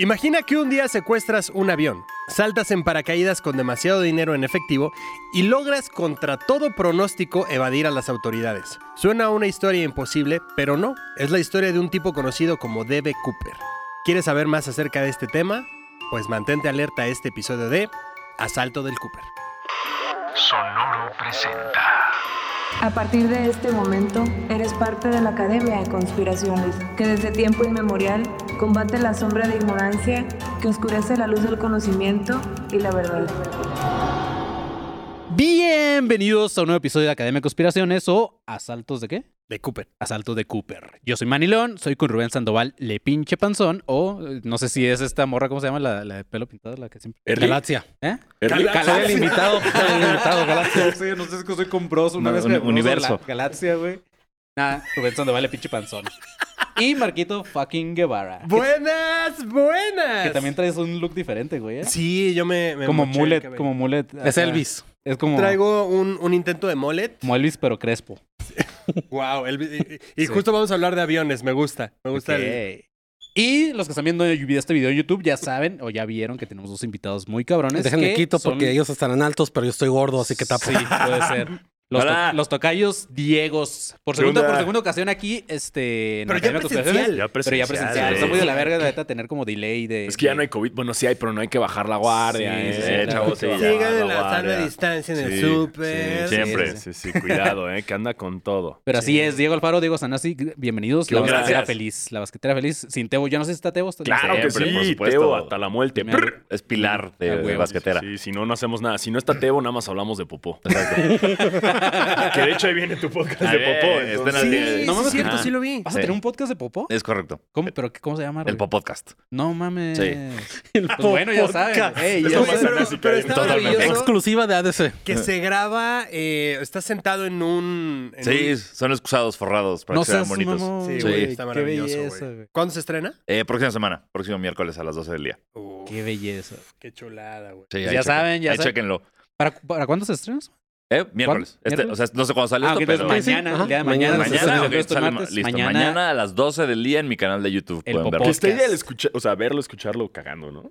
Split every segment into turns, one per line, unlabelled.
Imagina que un día secuestras un avión, saltas en paracaídas con demasiado dinero en efectivo y logras contra todo pronóstico evadir a las autoridades. Suena una historia imposible, pero no, es la historia de un tipo conocido como D.B. Cooper. ¿Quieres saber más acerca de este tema? Pues mantente alerta a este episodio de Asalto del Cooper.
Sonoro presenta.
A partir de este momento, eres parte de la Academia de Conspiraciones, que desde tiempo inmemorial combate la sombra de ignorancia que oscurece la luz del conocimiento y la verdad.
Bienvenidos a un nuevo episodio de Academia de Conspiraciones o Asaltos de qué?
De Cooper.
Asaltos de Cooper. Yo soy Manilón, soy con Rubén Sandoval, le pinche panzón, o eh, no sé si es esta morra, ¿cómo se llama? La, la de pelo pintado, la que siempre.
Erly.
Galaxia. ¿Eh?
Erly.
Cala el invitado. Cala el invitado, Galaxia.
Sí, no sé, es que soy compros una
No,
vez
un-
que me
universo.
puso la Galaxia, güey.
Nada, Rubén Sandoval, le pinche panzón. Y Marquito fucking Guevara. que-
Buenas, buenas.
Que también traes un look diferente, güey. ¿eh?
Sí, yo me... me
como
moché el
mullet,
cabello.
como mullet.
Es
ajá.
Elvis.
Es como,
Traigo un, un intento de mullet.
como Elvis, pero crespo.
Wow, el- y, y- y justo vamos a hablar de aviones, me gusta. Me gusta el-
Ok. Y los que están viendo este video en YouTube ya saben o ya vieron que tenemos dos invitados muy cabrones.
Déjenme
que
quito
son-
porque ellos estarán altos, pero yo estoy gordo, así que tapo.
Sí, puede ser. Los, to-
Hola.
los tocayos Diegos. Por
¿Qué
segunda,
onda?
por segunda ocasión aquí, este. en
Pero
Academia
ya
de
presencial.
Conspiraciones, Pero ya presencial.
güey.
Está muy de la verga, la neta, tener como delay de.
Es que ya no hay COVID. Bueno, sí hay, pero no hay que bajar la guardia.
Sí,
eh,
sí, sí,
eh,
claro.
chavos, sí, ya,
Sigan en
la
la sana
guardia.
distancia en el
Sí,
súper.
sí, siempre,
Sí,
sí, sí, cuidado, eh, que anda con todo.
Pero así es, Diego Alfaro, Diego Sanasi, bienvenidos.
Qué
La
bueno.
basquetera
Gracias.
feliz. La basquetera feliz. Sin Tebo, yo no sé si está Tebo. está-
Claro que
Siempre,
sí,
por supuesto.
Tebo hasta la muerte.
Mira,
Prr.
Es pilar
Ah,
de,
huevo,
de basquetera.
Sí, si no, no hacemos nada. Si no está Tebo, nada más hablamos de popó. que de hecho ahí viene tu podcast
A
de
ver,
popó.
estén
entonces-
al
Sí,
día.
sí,
No mames,
es cierto,
ajá.
sí lo vi.
¿Vas a
Sí.
tener un podcast de Popo?
Es correcto.
¿Cómo? ¿Pero qué- cómo se llama?
El
Rubén?
popodcast.
No mames.
Sí.
Pues bueno, ya saben. Ey,
Esto
ya saben.
más
Pero-
analítica
pero
de-
está
Totalmente.
maravilloso.
Exclusiva de ADC.
Que se graba, eh, está sentado en un... en
Sí,
un-
son excusados forrados para
No
que sean
seas
bonitos.
mamón,
Sí,
Sí.
güey,
Qué
está maravilloso,
belleza,
güey.
güey.
¿Cuándo se estrena?
Eh, próxima semana, próximo miércoles a las 12 del día.
Uf,
Qué belleza.
qué chulada, güey.
Sí, ahí
Ya
chequen-
saben, ya
ahí
saben.
chequenlo.
¿Para, para cuándo se estrena?
Eh, miércoles. Este,
¿Miércoles?
O sea, no sé cuándo sale
Ah,
esto,
ok, entonces
pero
mañana,
Ajá.
el día de mañana.
Mañana.
nos estamos
mañana,
viendo
ok,
esto el
sale ma-
martes.
listo,
Mañana-
mañana, a las 12 del día en mi canal de YouTube.
El
pueden verlo.
Que esté
podcast.
ideal escuchar, o sea, verlo, escucharlo cagando, ¿no?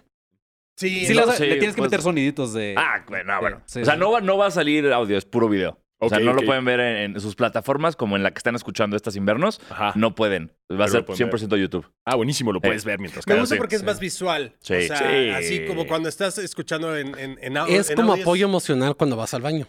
Sí,
Sí,
no,
le-
sí,
le tienes que
pues-
meter soniditos de...
Ah, bueno, bueno.
Sí,
o sea,
sí.
no va, no va a salir audio, es puro video. o sea,
Ok,
no
ok.
lo pueden ver en, en sus plataformas como en la que están escuchando estas invernos.
Ajá.
No pueden. Va
Pero
a ser
lo pueden ver.
100% YouTube.
Ah, buenísimo, lo puedes
Eh.
ver mientras
me
cagas.
gusta
sí,
porque es más visual.
Sí.
o sea,
Sí.
así como cuando estás escuchando en, en, en au-
Es
en
como
audios.
apoyo emocional cuando vas al baño.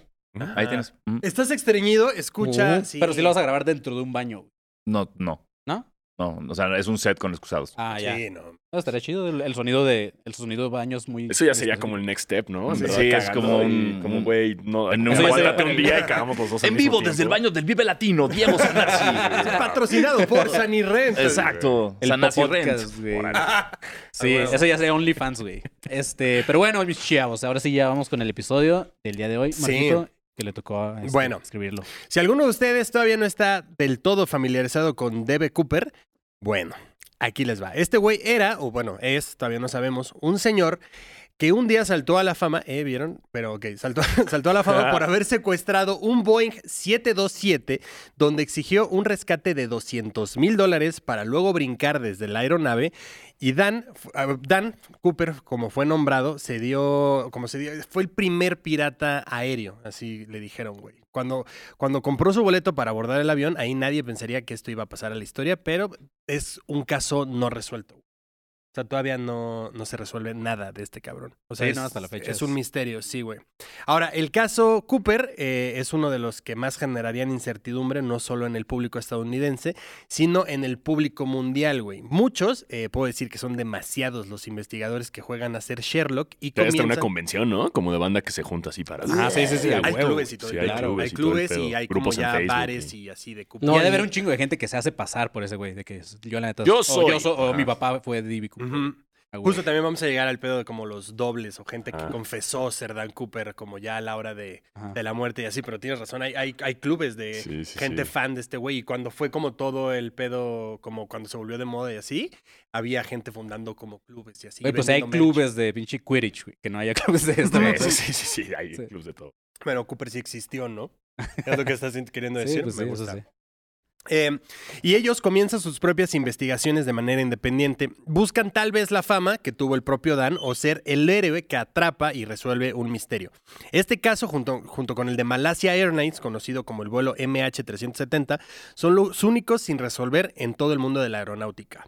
Ahí
Ah.
tienes. Mm.
Estás estreñido, escucha.
Uh,
sí.
Pero si lo vas a grabar dentro de un baño,
No, no,
¿no?
no. O sea, es un set con excusados.
Ah, ya.
Sí, no.
No, estaría chido. El, el sonido de el sonido de baño es muy...
Eso ya sería como el next step,
Mm,
¿no? En
Sí,
verdad,
es
cagando
como
y
un-
Como, güey, no...
En un-
aguántate
Eso ya sería
un día y cagamos los dos al
En
mismo
vivo desde el
tiempo.
baño del Vive Latino, Diego Sanasi.
Patrocinado por Sanirren.
Exacto.
El
Sanasi Rent.
podcast, güey.
Ah,
Sí, eso ya sería OnlyFans, güey. Este, pero bueno, mis chavos, ahora sí ya vamos con el episodio del día de hoy.
Sí.
Marquito, que le tocó este,
Bueno.
escribirlo.
Si alguno de ustedes todavía no está del todo familiarizado con D.B. Cooper, bueno, aquí les va. Este güey era, o bueno, es, todavía no sabemos, un señor que un día saltó a la fama, ¿eh? ¿Vieron? Pero ok, saltó, saltó a la fama por haber secuestrado un Boeing 727 donde exigió un rescate de 200 mil dólares para luego brincar desde la aeronave y Dan, ah, Dan Cooper, como fue nombrado, se dio, como se dio, fue el primer pirata aéreo, así le dijeron, güey. Cuando, cuando compró su boleto para abordar el avión, ahí nadie pensaría que esto iba a pasar a la historia, pero es un caso no resuelto. O sea, todavía no, no se resuelve nada de este cabrón. O sea,
Sí,
es,
no, hasta la fecha
es
es-
un misterio, sí, güey. Ahora, el caso Cooper eh, es uno de los que más generarían incertidumbre, no solo en el público estadounidense, sino en el público mundial, güey. Muchos, eh, puedo decir que son demasiados los investigadores que juegan a ser Sherlock y
Debe estar una
comienzan...
convención, ¿no? Como de banda que se junta así para...
Ah, sí, sí, sí, a
Hay
huevo.
clubes y todo,
Sí,
el
hay
pedo.
clubes
hay
y todo el
clubes y,
pedo.
hay
Grupos
como
en
ya
Facebook
bares
y-
y así de Cooper.
y
No,
ha de
y-
haber un chingo de gente que se hace pasar por ese güey, de que es- yo la neta...
Yo
o
soy.
yo o mi
Ajá.
papá fue D.B. Cooper.
Ujú.
Ah, güey.
Justo también vamos a llegar al pedo de como los dobles o gente que
Ah.
confesó ser Dan Cooper como ya a la hora de,
Ajá.
de la muerte y así, pero tienes razón, hay, hay, hay clubes de
Sí, sí,
gente
sí.
fan de este güey y cuando fue como todo el pedo, como cuando se volvió de moda y así, había gente fundando como clubes y así.
Güey, pues hay
vendiendo merch.
clubes de pinche Quidditch, güey, que no haya clubes de esto.
Sí, sí, sí, sí, hay
Sí.
clubs de todo.
Bueno, Cooper sí existió, ¿no? Es lo que estás queriendo
Sí,
decir.
pues
Me
sí, eso
gusta.
sí.
Eh, y ellos comienzan sus propias investigaciones de manera independiente. Buscan tal vez la fama que tuvo el propio Dan o ser el héroe que atrapa y resuelve un misterio. Este caso, junto, junto con el de Malasia Airlines, conocido como el vuelo MH370, son los únicos sin resolver en todo el mundo de la aeronáutica.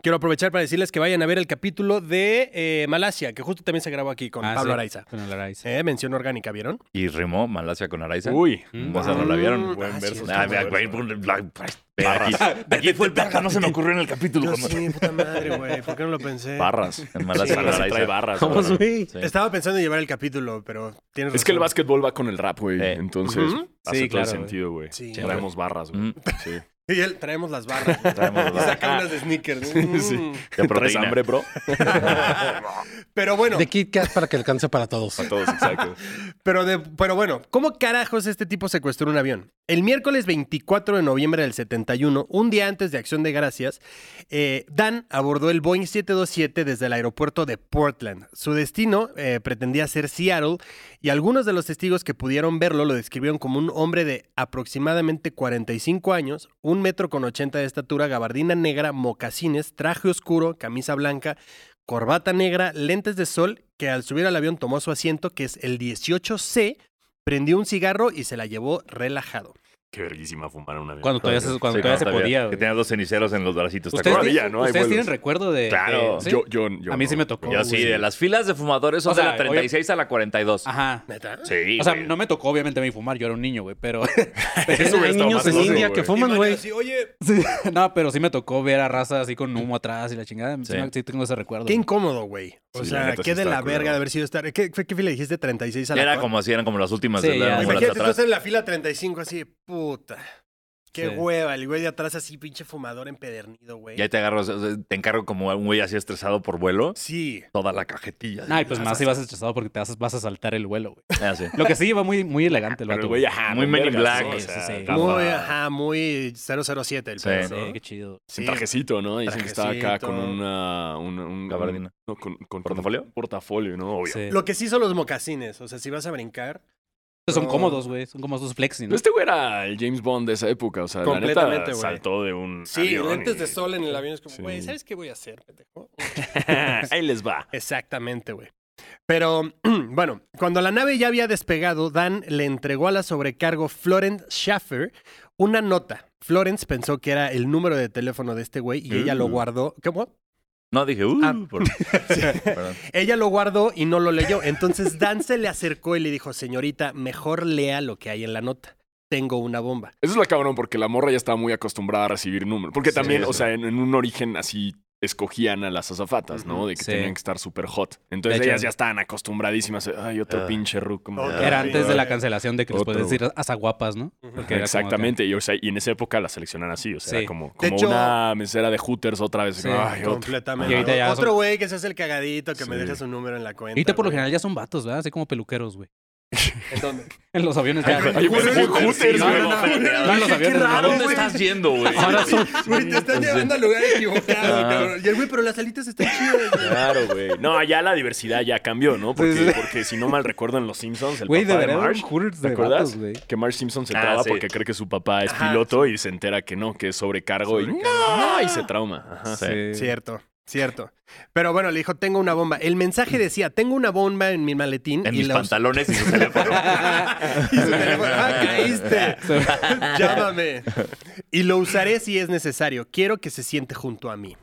Quiero aprovechar para decirles que vayan a ver el capítulo de eh, Malasia, que justo también se grabó aquí con
Ah,
Pablo
sí,
Araiza.
Con el Araiza.
Eh, mención orgánica, ¿vieron?
Y rimó Malasia con Araiza.
Uy.
O sea, no la vieron.
Mm, Buen
Ah,
verso.
sí, ah, vea, güey, pon- la-
pues,
ve, aquí, aquí fue el verga, no se me ocurrió en el capítulo.
Yo
cuando-
sí, puta madre, güey. ¿Por qué no lo pensé?
Barras. En Malasia con
Barras,
Araiza.
trae barras.
Vamos,
cabrón.
güey.
Sí.
Estaba pensando en llevar el capítulo, pero tienes
Es que el
razón.
básquetbol va con el rap, güey.
Eh.
Entonces,
Ujú.
hace
Sí,
todo el
claro,
sentido, güey.
Sí.
Traemos barras, güey.
Mm.
Sí.
Y él, traemos las barras. güey.
Traemos las
y saca
barras.
unas de sneakers. Mm.
Sí.
De
¿Traes
proteína.
hambre, bro?
pero bueno,
De Kit Kat para que alcance para todos.
Para todos, exacto.
pero, de, pero bueno, ¿cómo carajos este tipo secuestró un avión? El miércoles 24 de noviembre del 71, un día antes de Acción de Gracias, eh, Dan abordó el Boeing 727 desde el aeropuerto de Portland. Su destino eh, pretendía ser Seattle y algunos de los testigos que pudieron verlo lo describieron como un hombre de aproximadamente 45 años, un metro con 80 de estatura, gabardina negra, mocasines, traje oscuro, camisa blanca, corbata negra, lentes de sol, que al subir al avión tomó su asiento, que es el 18C, prendió un cigarro y se la llevó relajado.
Qué verguísima fumar una vez.
Cuando todavía se, cuando todavía
Sí, cuando
se
todavía-
podía.
Que
güey.
tenía dos ceniceros en los
pues,
bracitos. ¿te
¿Ustedes,
acuerdas?
ti-
Todavía, ¿no? Hay
ustedes
vuelos.
tienen recuerdo de.
Claro.
de- ¿sí?
Yo, yo, yo
A mí sí
no.
me tocó,
Yo
Yo
sí.
sí, de las filas de fumadores son
O sea,
de la 36 a la 42.
Ajá.
¿Neta?
Sí.
O sea,
güey.
no me tocó obviamente a mí fumar, yo era un niño, güey, pero...
Eso hubiera
Hay
estado
niños
más
en
loco,
India
güey.
que fuman, güey.
Oye,
no, pero sí me tocó ver a raza así con humo atrás y la chingada. Sí,
Sí.
me- sí tengo ese recuerdo.
qué incómodo, güey. O
Sí, la
sea,
neta sí
qué de
estaba
la
culero.
verga de haber sido estar. ¿Qué, qué, qué fila dijiste? 36 a la
Era
cua-
como así, eran como las últimas
Sí, ya.
de las mulas
Imagínate, tú
atrás.
estás en la fila 35 así, puta. Qué
Sí.
hueva, el güey de atrás así, pinche fumador empedernido, güey.
Y ahí te agarro, o sea, te encargo como un güey así estresado por vuelo,
Sí.
toda la cajetilla.
Ay, pues más si vas estresado porque te vas, vas a saltar el vuelo, güey.
Ah, sí.
Lo que sí iba muy, muy elegante el
Pero el
vato.
güey, ajá,
Muy
no
Men in
vergas,
Black,
¿no? O
sí,
sea,
sí, sí.
gafa,
Muy, ajá, muy 007 el
Sí.
pedo,
Sí,
¿no?
qué chido.
Sí.
Trajecito, ¿no? Dicen que estaba acá
Trajecito.
con una... Un, un,
Gabardina.
no, con, con-
¿Portafolio?
un portafolio, ¿no? Obvio.
Sí.
Lo que sí son los mocasines. O sea, si vas a brincar,
Son
No.
cómodos, güey. Son como esos flexi,
No,
¿no?
Este güey era el James Bond de esa época. O sea, la
Completamente,
neta
güey.
saltó de un
Sí,
avión
lentes
y-
de sol en el avión es como,
Sí.
güey, ¿sabes qué voy a hacer? pendejo?"
Ahí les va.
Exactamente, güey. Pero bueno, cuando la nave ya había despegado, Dan le entregó a la sobrecargo Florence Schaffer una nota. Florence pensó que era el número de teléfono de este güey y ella lo
Mm.
guardó. ¿Cómo?
No, dije, uh,
Ah.
por- Perdón.
Ella lo guardó y no lo leyó. Entonces Dan se le acercó y le dijo, señorita, mejor lea lo que hay en la nota. Tengo una bomba.
Eso es lo cabrón porque la morra ya estaba muy acostumbrada a recibir números. Porque
Sí,
también,
eso.
o sea, en, en un origen así escogían a las azafatas, ¿no? De que
Sí.
tenían que estar súper hot. Entonces
De hecho,
ellas ya estaban acostumbradísimas. Ay, otro
Ah.
pinche ruco.
Otra
Era antes de la
Otro.
cancelación de que les puedes
Otro.
decir azaguapas, ¿no? Porque era como
Exactamente, y, o sea, y en esa época la seleccionan así, o sea,
Sí.
era como, como
hecho-
una mesera de Hooters otra vez.
Sí,
Ay, otro.
Completamente.
Y ahorita ya
Otro
son-
güey que se hace el cagadito, que me
Sí.
deja su número en la cuenta.
Ahorita por lo
güey.
general ya son vatos, ¿verdad? Así como peluqueros, güey.
¿En dónde?
En los aviones ya.
Ay, güey,
Hooters,
güey,
güey.
Hooters,
Sí,
güey.
no, no, no.
Van los aviones.
¿A
¿no?
dónde estás yendo, güey?
Ahora son.
Güey, te están llevando al lugar equivocado, cabrón. Y el güey, pero las alitas están chidas. güey.
Claro, güey. No, ya la diversidad ya cambió, ¿no? Porque,
Sí, sí.
porque si no mal recuerdo en Los Simpsons, el
Güey, de
papá de,
verdad eran
Marge,
Hooters
¿te
de
acuerdas?
vatos, güey.
que Marge Simpson se
Ah,
traba
sí.
porque cree que su papá es
Ajá,
piloto y se entera que no, que es sobrecargo, y ¡no! y se trauma. Ajá.
Ah. Sí.
Cierto, cierto. Pero bueno, le dijo, tengo una bomba. El mensaje decía, tengo una bomba en mi maletín.
Mm. En
y
mis
la us-
pantalones y su teléfono.
y su teléfono, "Ah, caíste. Llámame. Y lo usaré si es necesario. Quiero que se siente junto a mí.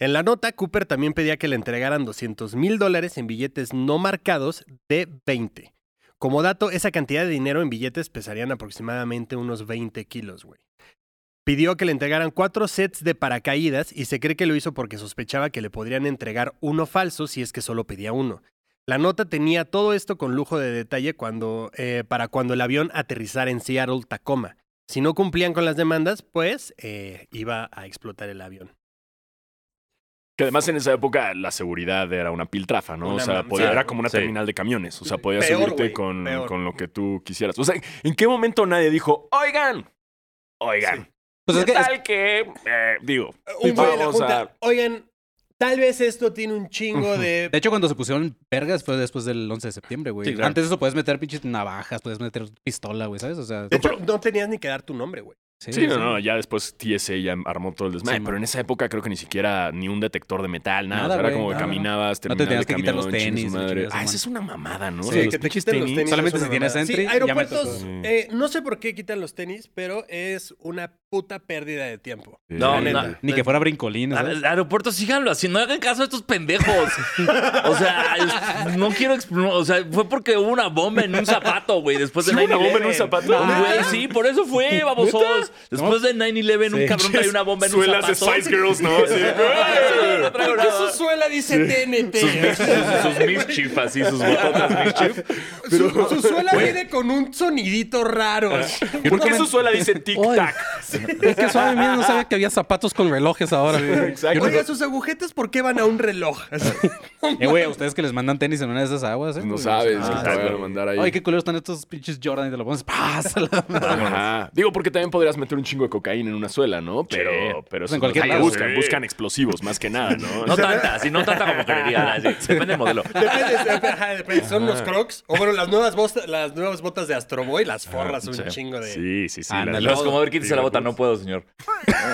En la nota, Cooper también pedía que le entregaran 200 mil dólares en billetes no marcados de 20. Como dato, esa cantidad de dinero en billetes pesarían aproximadamente unos 20 kilos, güey. Pidió que le entregaran cuatro sets de paracaídas y se cree que lo hizo porque sospechaba que le podrían entregar uno falso si es que solo pedía uno. La nota tenía todo esto con lujo de detalle cuando, eh, para cuando el avión aterrizara en Seattle, Tacoma. Si no cumplían con las demandas, pues eh, iba a explotar el avión.
Que además en esa época la seguridad era una piltrafa, ¿no?
Una
o sea,
mam-
podía-
sí.
era como una
Sí.
terminal de camiones. O sea, podías
Peor,
subirte
güey,
con,
peor.
con lo que tú quisieras. O sea, ¿en qué momento nadie dijo, oigan, oigan,
Pues es
¿qué
que es-
tal que, eh, digo,
Un güey en la
vamos
junta,
a...
Oigan, tal vez esto tiene un chingo de.
De hecho, cuando se pusieron vergas fue después del 11 de septiembre, güey.
Sí, claro.
Antes de eso podías meter pinches navajas, podías meter pistola, güey, ¿sabes? O sea,
De hecho, no tenías ni que dar tu nombre, güey.
Sí, no, no, ya después TSA ya armó todo el desmadre.
Sí, man.
pero en esa época creo que ni siquiera ni un detector de metal, nada.
Nada,
o sea, era
güey,
como que
nada,
caminabas,
No te
terminal de
tenías que quitar los
camión, chingue su
tenis,
madre.
chingue su
Ah,
madre.
esa es una mamada, ¿no? O
Sí,
sea, los
que te
pinches
quiten los tenis.
Solamente
es
si
una
tienes
mamada.
entry,
Sí,
ya
aeropuertos,
metes todo.
eh, no sé por qué quitan los tenis, pero es una puta pérdida de tiempo.
Sí.
No,
La neta.
no.
Ni que fuera brincolín, ¿sabes?
Aeropuertos, aeropuerto, síganlo así. No hagan caso a estos pendejos. O sea, es- no quiero. expl- no, O sea, fue porque hubo una bomba en un zapato, güey. Después de
¿Sí hubo una
9-11.
bomba en un zapato?
Un güey, sí, por eso fue, babosos. Después de 9-11, un cabrón trae una bomba en un zapato.
Suelas de Spice Girls, ¿no? Así de-
No traigo
¿Por qué
nada.
su suela dice TNT?
Sus mix-
Su-
sus- sus mischief, así, sus bototas mischief.
su, suela viene con un sonidito raro.
¿Por qué su suela dice tic-tac?
Es que suave, mira, no sabía que había zapatos con relojes ahora.
Exacto.
Oiga, sus agujetas, ¿por qué van a un reloj?
Eh, güey, a ustedes que les mandan tenis en una de esas aguas, ¿eh?
No
güey?
sabes
Ah,
que te van a mandar ahí.
Ay, qué culeros están estos pinches Jordan y te lo pones. ¡Pásala!
Ajá. Digo, porque también podrías meter un chingo de cocaína en una suela, ¿no? Pero, pero
Pues
eso
en cualquier
es lo que
lado.
buscan,
Sí.
buscan explosivos más que nada, ¿no?
No tanta, sí, no tanta como quería. sí, Depende del modelo.
Depende, ajá, depende, Son los crocs. O bueno, las nuevas, botas, las nuevas botas de Astroboy las forras un
sí.
chingo de.
Sí, sí, sí.
Ándale.
Luego
las-
es como, a ver, quítese la bota. No puedo, señor.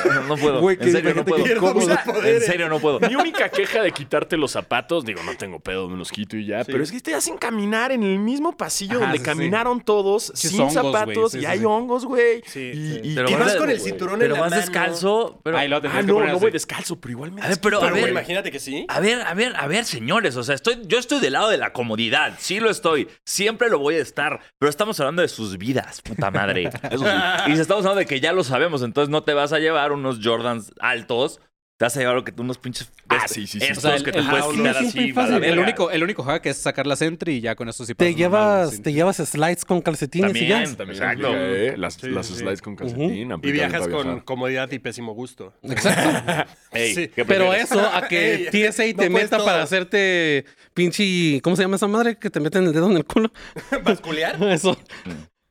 No, No puedo.
Güey,
en
que
serio, no
imagínate
puedo.
que pierdo mis
En
poderes.
serio, no puedo.
Mi única queja de quitarte los zapatos, digo, no tengo pedo, me los quito y ya, pero es que te hacen caminar en el mismo pasillo
Ajá,
donde
sí, sí.
caminaron todos
Chis
sin
hongos, güey,
zapatos
sí,
y
sí,
hay
sí.
hongos, güey.
Sí,
y,
sí.
y-
Pero
y
vas
vas
con el
güey.
cinturón en
Pero
la
vas
mano.
descalzo. Pero,
Ahí lo tenías
Ah,
que
no,
poner
no
así.
voy descalzo, pero igual me
A ver, pero,
Pero,
a
güey,
ver. Ah,
imagínate que sí.
A ver, a ver, a ver, señores. O sea, estoy, yo estoy del lado de la comodidad. Sí lo estoy. Siempre lo voy a estar. Pero estamos hablando de sus vidas, puta madre. Eso sí. Y si estamos hablando de que ya lo sabemos, entonces no te vas a llevar unos Jordans altos. Te vas a llevar lo que tú- unos pinches.
Ah, sí, sí, sí.
Estos
O sea, el-
que te
el-
puedes
ah,
quitar
sí,
así.
sí,
a la
el,
fácil.
verga.
único, el único hack es sacar las entry y ya con eso sí
Te
pasas normal,
llevas,
sin-
te llevas slides con calcetines y ya.
También, también.
Exacto. eh, las las
sí, sí.
slides con calcetín.
Y
aplicable
viajas
para
con
viajar.
comodidad y pésimo gusto.
Exacto.
Ey,
Sí.
¿qué
Pero
prefieres?
eso, a
Ey,
que TSA
no
te
puedes
meta
todo.
para hacerte pinche. ¿Cómo se llama esa madre? Que te meten el dedo en el culo.
¿Basculear?
Eso.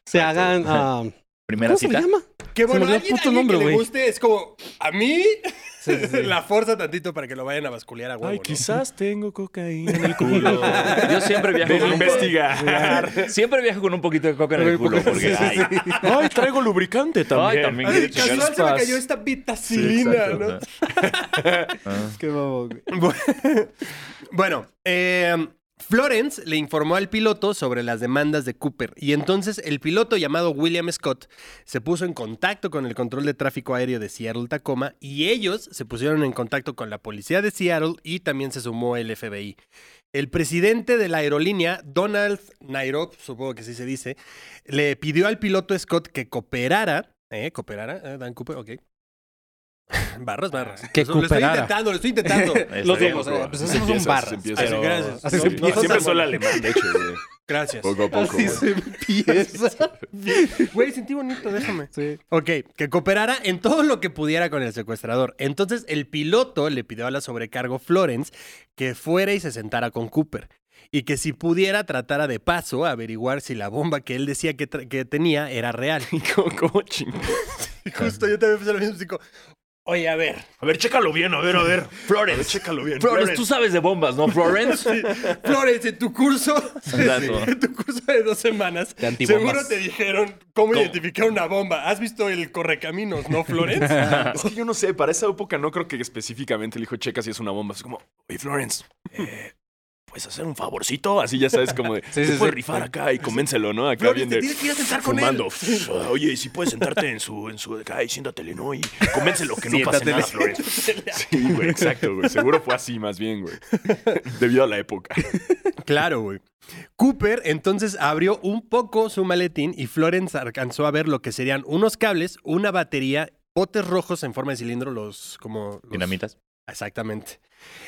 Se hagan. ah,
Primera
¿Cómo se
cita.
le llama?
Que
Se
bueno,
me olvidó el
alguien,
puto
alguien
nombre,
que le
güey.
guste es como, a mí, la fuerza tantito para que lo vayan a basculear a huevo.
Ay,
¿no?
quizás tengo cocaína en el culo.
Yo siempre viajo
Ven a
con un po-
investigar.
Siempre viajo con un poquito de coca en el culo porque ay,
Ay, traigo lubricante también.
ay, también
Ay,
quiero
casual
chingar.
se me cayó esta vitacilina,
exacto,
¿no?
o
Ah. Bueno, eh, Florence le informó al piloto sobre las demandas de Cooper y entonces el piloto llamado William Scott se puso en contacto con el control de tráfico aéreo de Seattle-Tacoma y ellos se pusieron en contacto con la policía de Seattle y también se sumó el FBI. El presidente de la aerolínea, Donald Nairop, supongo que así se dice, le pidió al piloto Scott que cooperara, ¿eh? ¿Cooperara? eh, Dan Cooper, ok. Barras, barras.
Que
lo estoy
cooperara.
intentando, lo estoy intentando.
Los
Está bien,
dos,
bro.
eh, pues
Así
hacemos un
empiezas,
barras,
así empiezas.
pero-
Gracias.
así
No,
empiezas.
Siempre soy el alemán, de hecho, güey.
Gracias.
Poco a poco. güey.
empieza.
Güey, sentí bonito, déjame. Ok, que cooperara en todo lo que pudiera con el secuestrador. Entonces el piloto le pidió a la sobrecargo Florence que fuera y se sentara con Cooper. Y que si pudiera tratara de paso a averiguar si la bomba que él decía que, tra- que tenía era real.
¿Cómo, cómo chingo?
Y justo yo también pensé lo mismo, chico. Oye, a ver,
A ver, chécalo bien, a ver, a ver. Flores.
Chécalo bien.
Flores, tú sabes de bombas, ¿no, Florence?
Florence, en tu curso,
Exacto.
en tu curso de dos semanas,
De antibombas.
seguro te dijeron cómo, identificar una bomba. ¿Has visto el correcaminos, no, Florence?
Es que yo no sé, para esa época no creo que específicamente le dijo checa si es una bomba. Es como, oye, Florence, eh, ¿puedes hacer un favorcito? Así ya sabes, como de,
Sí,
"Te
sí,
puedes
sí.
rifar acá y convéncelo, ¿no? Acá
Florence,
bien
te
de,
tienes que ir a sentar con
fumando.
él.
Oye, y si puedes sentarte en su, en su, acá y siéntatele, ¿no? Y convéncelo que no pase nada, Florence. Sí, güey, exacto, güey. Seguro fue así más bien, güey. Debido a la época.
Claro, güey. Cooper entonces abrió un poco su maletín y Florence alcanzó a ver lo que serían unos cables, una batería, botes rojos en forma de cilindro, los como... los-
Dinamitas.
Exactamente.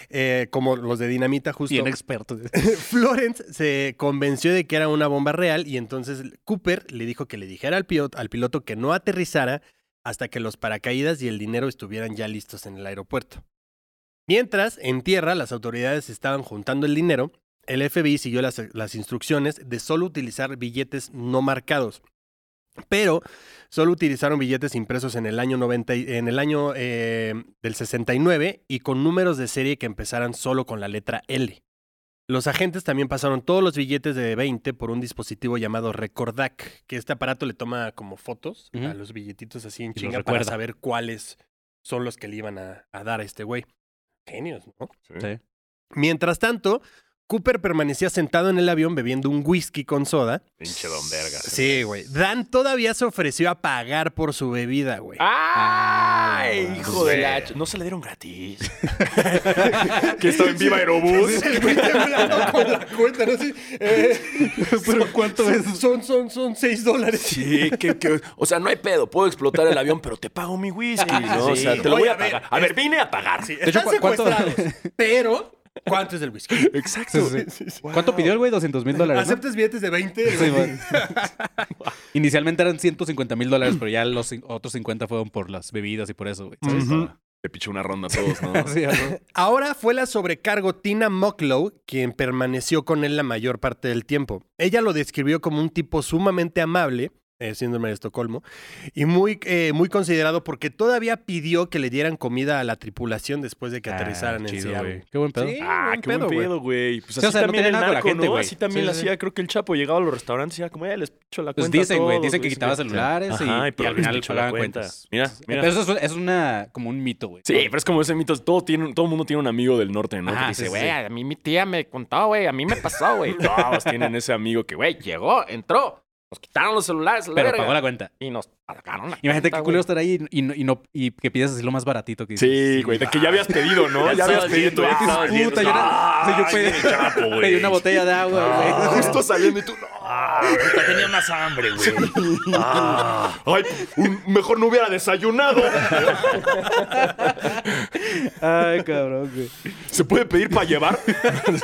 Eh, como los de dinamita justo.
Bien experto.
Florence se convenció de que era una bomba real y entonces Cooper le dijo que le dijera al piloto, al piloto que no aterrizara hasta que los paracaídas y el dinero estuvieran ya listos en el aeropuerto. Mientras, en tierra, las autoridades estaban juntando el dinero, el FBI siguió las, las instrucciones de solo utilizar billetes no marcados. Pero solo utilizaron billetes impresos en el año, 90, y- en el año eh, del 69 y con números de serie que empezaran solo con la letra L. Los agentes también pasaron todos los billetes de 20 por un dispositivo llamado Recordac, que este aparato le toma como fotos
Ujú.
a los billetitos así en
los
chinga para
recuerda.
saber cuáles son los que le iban a, a dar a este güey. Genios, ¿no?
Sí.
Mientras tanto, Cooper permanecía sentado en el avión bebiendo un whisky con soda.
Pinche don verga.
Sí, güey. Dan todavía se ofreció a pagar por su bebida, güey.
¡Ay, hijo de la... ch- No se le dieron gratis. que estaba en Viva Aerobús.
con la cuenta, no sé. ¿Pero cuánto es? Son, son, son seis dólares.
Sí, que, que- o sea, no hay pedo, puedo explotar el avión, pero te pago mi whisky,
Ah,
¿no? O sea, te lo
Oye,
voy a
a ver,
pagar. A ver, vine a pagar.
De hecho,
¿cu- cuánto-
pero, ¿cuánto es el whisky?
Exacto.
¿Cuánto pidió el güey? 200 mil dólares. ¿no?
¿Aceptas billetes de 20?
Sí, güey. Inicialmente eran 150 mil dólares, pero ya los cin- otros 50 fueron por las bebidas y por eso, güey. ¿sabes?
Te pichó una ronda a todos, ¿no?
Sí, algo.
Ahora fue la sobrecargo Tina Mucklow quien permaneció con él la mayor parte del tiempo. Ella lo describió como un tipo sumamente amable, eh, síndrome de Estocolmo, y muy, eh, muy considerado porque todavía pidió que le dieran comida a la tripulación después de que
Ah,
aterrizaran en
chido,
Seattle.
güey. Qué buen pedo.
Sí,
Ah,
buen
qué buen
güey.
pedo, güey. Pues
Sí,
así
o sea, no
también
tenía
el
nada con la
narco,
gente,
¿no?
güey.
Así también
Sí, sí,
hacía, creo que el Chapo llegaba a los restaurantes y decía, como, "Eh, les picho la
Pues
cuenta a
dicen, güey,
todos,
dicen que quitaba celulares y,
Ajá,
y
pero
al
les
final
pichó la
pagaban
cuenta.
cuentas.
Mira,
Sí,
mira.
Pero eso es, es una, como un mito, güey.
Sí, pero es como ese mito, todo, tiene, todo el mundo tiene un amigo del norte, ¿no?
Ajá,
que
Ah, sí,
dice,
sí,
güey,
sí.
a mí mi tía me contó, güey, a mí me pasó, güey. Todos tienen ese amigo que, güey, llegó, entró, nos quitaron los celulares, la
Pero
verga,
pagó la cuenta.
y nos pagaron la
Imagínate
cuenta,
qué
güey.
culero estar ahí y, no- y no- y que pidas así lo más baratito que
Sí, güey, de que ya habías pedido, ¿no?
Ya
Ya habías
estabas
pedido.
viendo, ya
ah,
estabas viendo.
puta, yo era-
Ah,
sí, yo pedí-
sí, chapo, Pedí una botella de agua,
Ah,
güey.
Justo saliendo y tú, no. ah,
Puta, tenía más hambre, güey. Ah.
Ay, un- mejor no hubiera desayunado.
Ay, cabrón, güey.
¿Se puede pedir para llevar?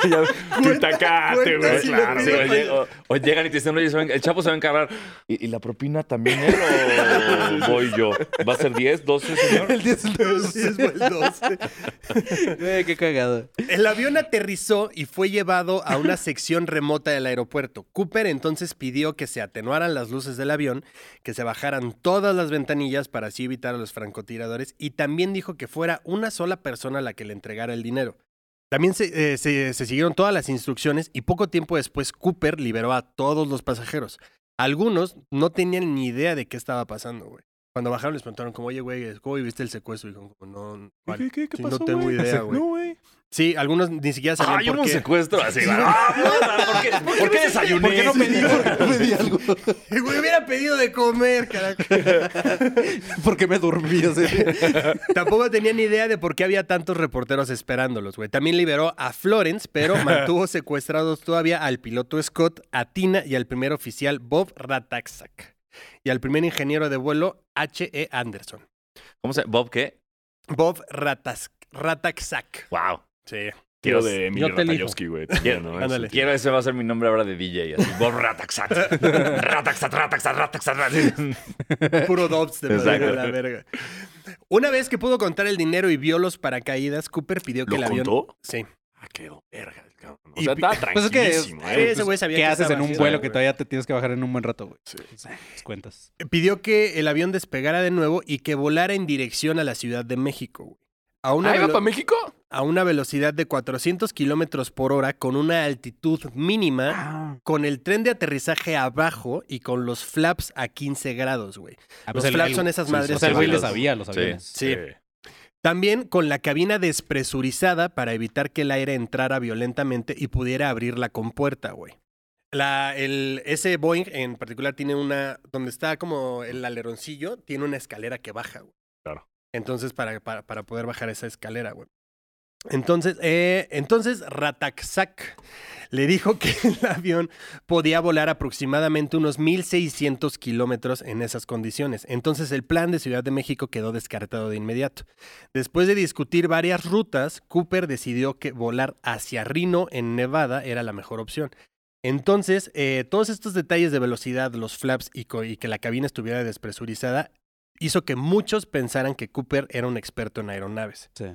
Sí, ya- Tuitacate,
cuenta
güey.
si
Claro,
lo
Sí,
güey.
o, lle- o- o llegan y te dicen, oye, ¿saben- el chapo se va a encargar. ¿Y, y la propina también él o voy yo? ¿Va a ser 10, 12, señor?
El 10
Sí, es buen doce.
Güey, qué cagado.
El avión aterrizó y fue llevado a una sección remota del aeropuerto. Cooper entonces pidió que se atenuaran las luces del avión, que se bajaran todas las ventanillas para así evitar a los francotiradores y también dijo que fuera una sola persona la que le entregara el dinero. También se, eh, se- se siguieron todas las instrucciones y poco tiempo después Cooper liberó a todos los pasajeros. Algunos no tenían ni idea de qué estaba pasando, güey. Cuando bajaron les preguntaron como, oye, güey, ¿cómo viviste el secuestro? Y dijeron como, no, ¿cuál?".
¿Qué, qué, qué
Sí,
pasó,
no tengo
güey?
idea, güey.
No, güey.
Sí, algunos ni siquiera sabían
Ah, yo
por
hubo un
qué.
secuestro así, güey. Ah, puta, ¿Por qué, ¿por qué desayuné?
¿Por qué no pedí, por qué no pedí algo?
Y güey, hubiera pedido de comer, carajo.
¿Por qué me dormí? así?
Tampoco tenía ni idea de por qué había tantos reporteros esperándolos, güey. También liberó a Florence, pero mantuvo secuestrados todavía al piloto Scott, a Tina y al primer oficial Bob Rataxak. Y al primer ingeniero de vuelo H.E. Anderson.
¿Cómo se ¿Bob qué?
Bob Ratas- Rataxak.
Wow.
Sí.
Tío
Dios.
de Emilio
yo te elijo.
Ratajkowski, güey. también, ¿no?
Ándale.
Ese-
Quiero, ese va a ser mi nombre ahora de DJ. Así. Bob Rataxat. Rataxat, Rataxat, Rataxat. Rataxat.
Puro Dobbs de
Exacto.
la verga. Una vez que pudo contar el dinero y vio los paracaídas, Cooper pidió que
¿Lo
el avión...
contó?
Sí.
Ah, qué do- verga. el cabrón. O
Y
sea,
pi-
estaba
Pues es que-
tranquilísimo,
Sí,
¿eh?
ese güey sabía
Pues, ¿Qué
que
haces
estaba
en un
así,
vuelo
güey.
que todavía te tienes que bajar en un buen rato, güey?
Sí.
Las cuentas.
pidió que el avión despegara de nuevo y que volara en dirección a la Ciudad de México. güey. A una,
¿Ahí va
velo-
para México?
a una velocidad de 400 kilómetros por hora con una altitud mínima, con el tren de aterrizaje abajo y con los flaps a 15 grados, güey.
Ah,
Los
el-
flaps
el-
son esas
sí,
madres
O sea, el
que
güey le
bailas.
sabía a los
Sí.
aviones.
Sí. También con la cabina despresurizada para evitar que el aire entrara violentamente y pudiera abrir la compuerta, güey. La, el, ese Boeing en particular tiene una, donde está como el aleroncillo, tiene una escalera que baja, güey.
Claro.
Entonces, para, para, para poder bajar esa escalera, güey. Entonces, eh, entonces Rataxak le dijo que el avión podía volar aproximadamente unos 1.600 kilómetros en esas condiciones. Entonces el plan de Ciudad de México quedó descartado de inmediato. Después de discutir varias rutas, Cooper decidió que volar hacia Reno, en Nevada, era la mejor opción. Entonces, eh, todos estos detalles de velocidad, los flaps y, co- y que la cabina estuviera despresurizada, hizo que muchos pensaran que Cooper era un experto en aeronaves.
Sí.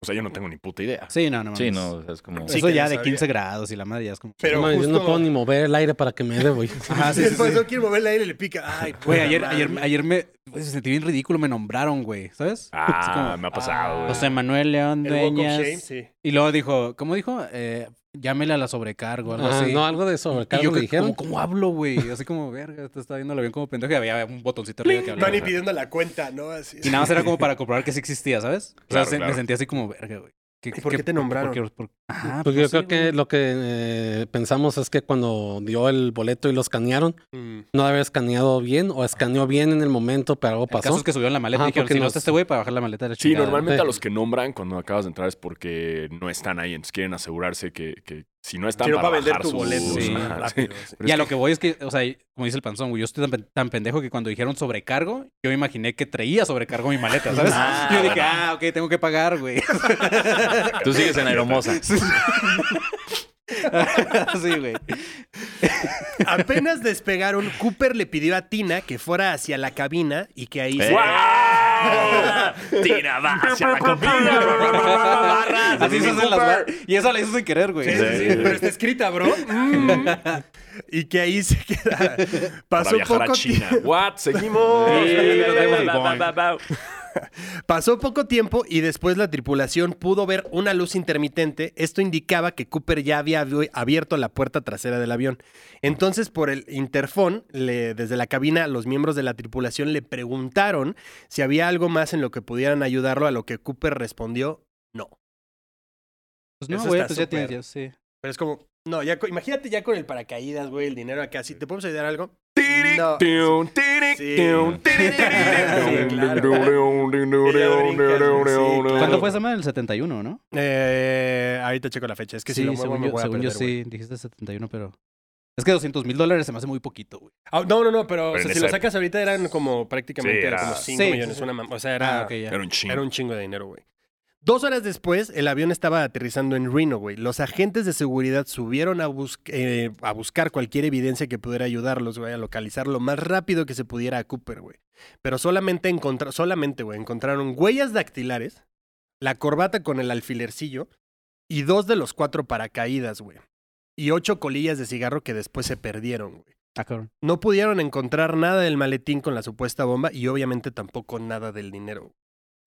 O sea, yo no tengo ni puta idea.
Sí, no, no.
Sí,
mames.
no, o sea, es como.
Sí.
Eso
que
ya
no
de
sabía.
15 grados y la madre ya es como.
Pero
No mames, yo
justo...
no puedo ni mover el aire para que me dé, güey.
Ajá, sí, sí,
Después
sí.
no quiero mover el aire, le pica. Ay,
Güey,
puta
ayer,
madre.
ayer, ayer me güey, se sentí bien ridículo, me nombraron, güey, ¿sabes? Así
Ah,
como,
me ha pasado, güey.
José Manuel León
El walk of
Dueñas.
shame, sí.
Y luego dijo, ¿cómo dijo? Eh, llámele a la sobrecargo, algo
Ah,
así.
No, algo de eso.
y yo
le
que-
dijeron.
¿cómo, cómo hablo, güey? Así como, verga, te está viendo lo bien como pendejo. Y había un botoncito arriba que hablaba.
Van y pidiendo la cuenta, ¿no? Así.
Y nada más era como para comprobar que sí existía, ¿sabes? O sea,
Claro,
se-
claro.
me sentí así como, verga, güey.
¿Y por qué te nombraron?
por qué- por- Ajá,
Pues yo
pues
creo
sí,
que
güey.
lo que eh, pensamos es que cuando dio el boleto y lo escanearon,
Mm.
no había escaneado bien o escaneó bien en el momento, pero algo
El
pasó.
caso es que subió la maleta
Ajá,
y dijeron,
porque
si no
nos-
está este güey, para bajar la maleta de la
Sí,
chingada".
normalmente
sí.
a los que nombran cuando acabas de entrar es porque no están ahí, entonces quieren asegurarse que, que si no están
Si no,
para,
para vender
bajar
tu
sus-
boleto.
Sí,
Ajá,
rápido, sí.
Pero
Y a
es
lo que voy es que, o sea, como dice el panzón, güey, yo estoy tan, pen- tan pendejo que cuando dijeron sobrecargo, yo imaginé que traía sobrecargo mi maleta, ¿sabes?
Ah,
yo dije,
bueno.
ah, ok, tengo que pagar, güey.
Tú sigues en Aeromosa.
sí, güey.
Apenas despegaron, Cooper le pidió a Tina que fuera hacia la cabina y que
Eh.
ahí... se-
¡Wow! Tira, va hacia la cabina. Barras.
Así se hacen las bar- Y eso la hizo sin querer, güey.
Sí, sí, sí, pero está escrita, bro. Mm. Y que ahí se queda.
Para
Pasó
viajar
poco,
a
ti-
China. ¿What? Seguimos.
Sí, nos vemos el
Va, va, va, va.
pasó poco tiempo y después la tripulación pudo ver una luz intermitente. Esto indicaba que Cooper ya había abiu- abierto la puerta trasera del avión. Entonces, por el interfón, le- desde la cabina, los miembros de la tripulación le preguntaron si había algo más en lo que pudieran ayudarlo, a lo que Cooper respondió no.
Pues
Eso
no, güey,
está
pues ya
súper.
tienes, ya, sí.
Pero es como, no, ya, co- imagínate ya con el paracaídas, güey, el dinero acá. Si te podemos ayudar algo, No.
Tirin, tirin,
Sí.
tirin, tirin, tirin.
Sí, claro.
¿Cuándo
Claro.
fue esa madre? El 71, ¿no?
Eh, ahorita checo la fecha. Es que si lo muevo,
según,
me
yo,
voy a
según yo
perder, güey.
sí, dijiste 71, pero... Es que 200 mil dólares se me hace muy poquito, güey.
Ah, no, no, no, pero, o
Pero
sea,
en
si
esa
lo sacas ahorita eran como prácticamente
Sí, era-
como 5
Sí,
millones.
sí, sí.
Una, mam- o sea, era,
Ah, ok, ya.
Era un chingo.
era un chingo de dinero, güey. Dos horas después, el avión estaba aterrizando en Reno, güey. Los agentes de seguridad subieron a, bus- eh, a buscar cualquier evidencia que pudiera ayudarlos, güey, a localizar lo más rápido que se pudiera a Cooper, güey. Pero solamente, encontra- solamente, güey, encontraron huellas dactilares, la corbata con el alfilercillo y dos de los cuatro paracaídas, güey. Y ocho colillas de cigarro que después se perdieron, güey.
Ah, cabrón.
No pudieron encontrar nada del maletín con la supuesta bomba y obviamente tampoco nada del dinero.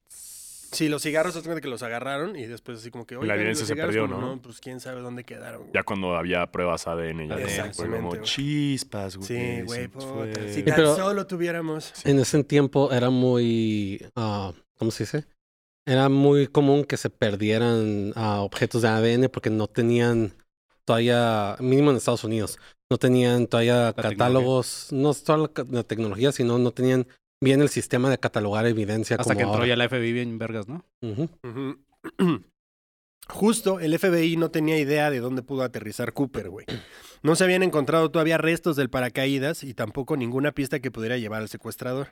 Sí, los cigarros, haz de cuenta que los agarraron y después así como que... "Oigan, ¿y
evidencia
los
se
cigarros?"
perdió,
Como,
¿no?
Pues quién sabe dónde quedaron. güey".
Ya cuando había pruebas ADN, ya
Exactamente,
fue como
güey.
chispas, güey.
Sí,
se
güey, puta,
fue.
si tan
Pero-
solo tuviéramos...
En ese tiempo era muy, ah, ¿cómo se dice? Era muy común que se perdieran ah, objetos de ADN porque no tenían todavía, mínimo en Estados Unidos, no tenían todavía
tecnología.
catálogos, no es toda la, ca- la tecnología, sino no tenían bien el sistema de catalogar evidencia.
Hasta
como
que entró
ahora.
ya la FBI bien vergas, ¿no?
Ujú.
Ujú. Justo el FBI no tenía idea de dónde pudo aterrizar Cooper, güey. No se habían encontrado todavía restos del paracaídas y tampoco ninguna pista que pudiera llevar al secuestrador.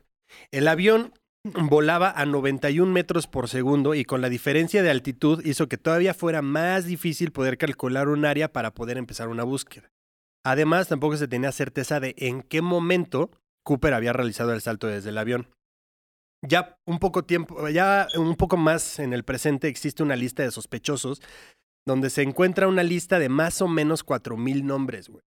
El avión volaba a 91 metros por segundo y con la diferencia de altitud hizo que todavía fuera más difícil poder calcular un área para poder empezar una búsqueda. Además, tampoco se tenía certeza de en qué momento Cooper había realizado el salto desde el avión. Ya un poco tiempo, ya un poco más en el presente existe una lista de sospechosos donde se encuentra una lista de más o menos 4000 nombres, güey.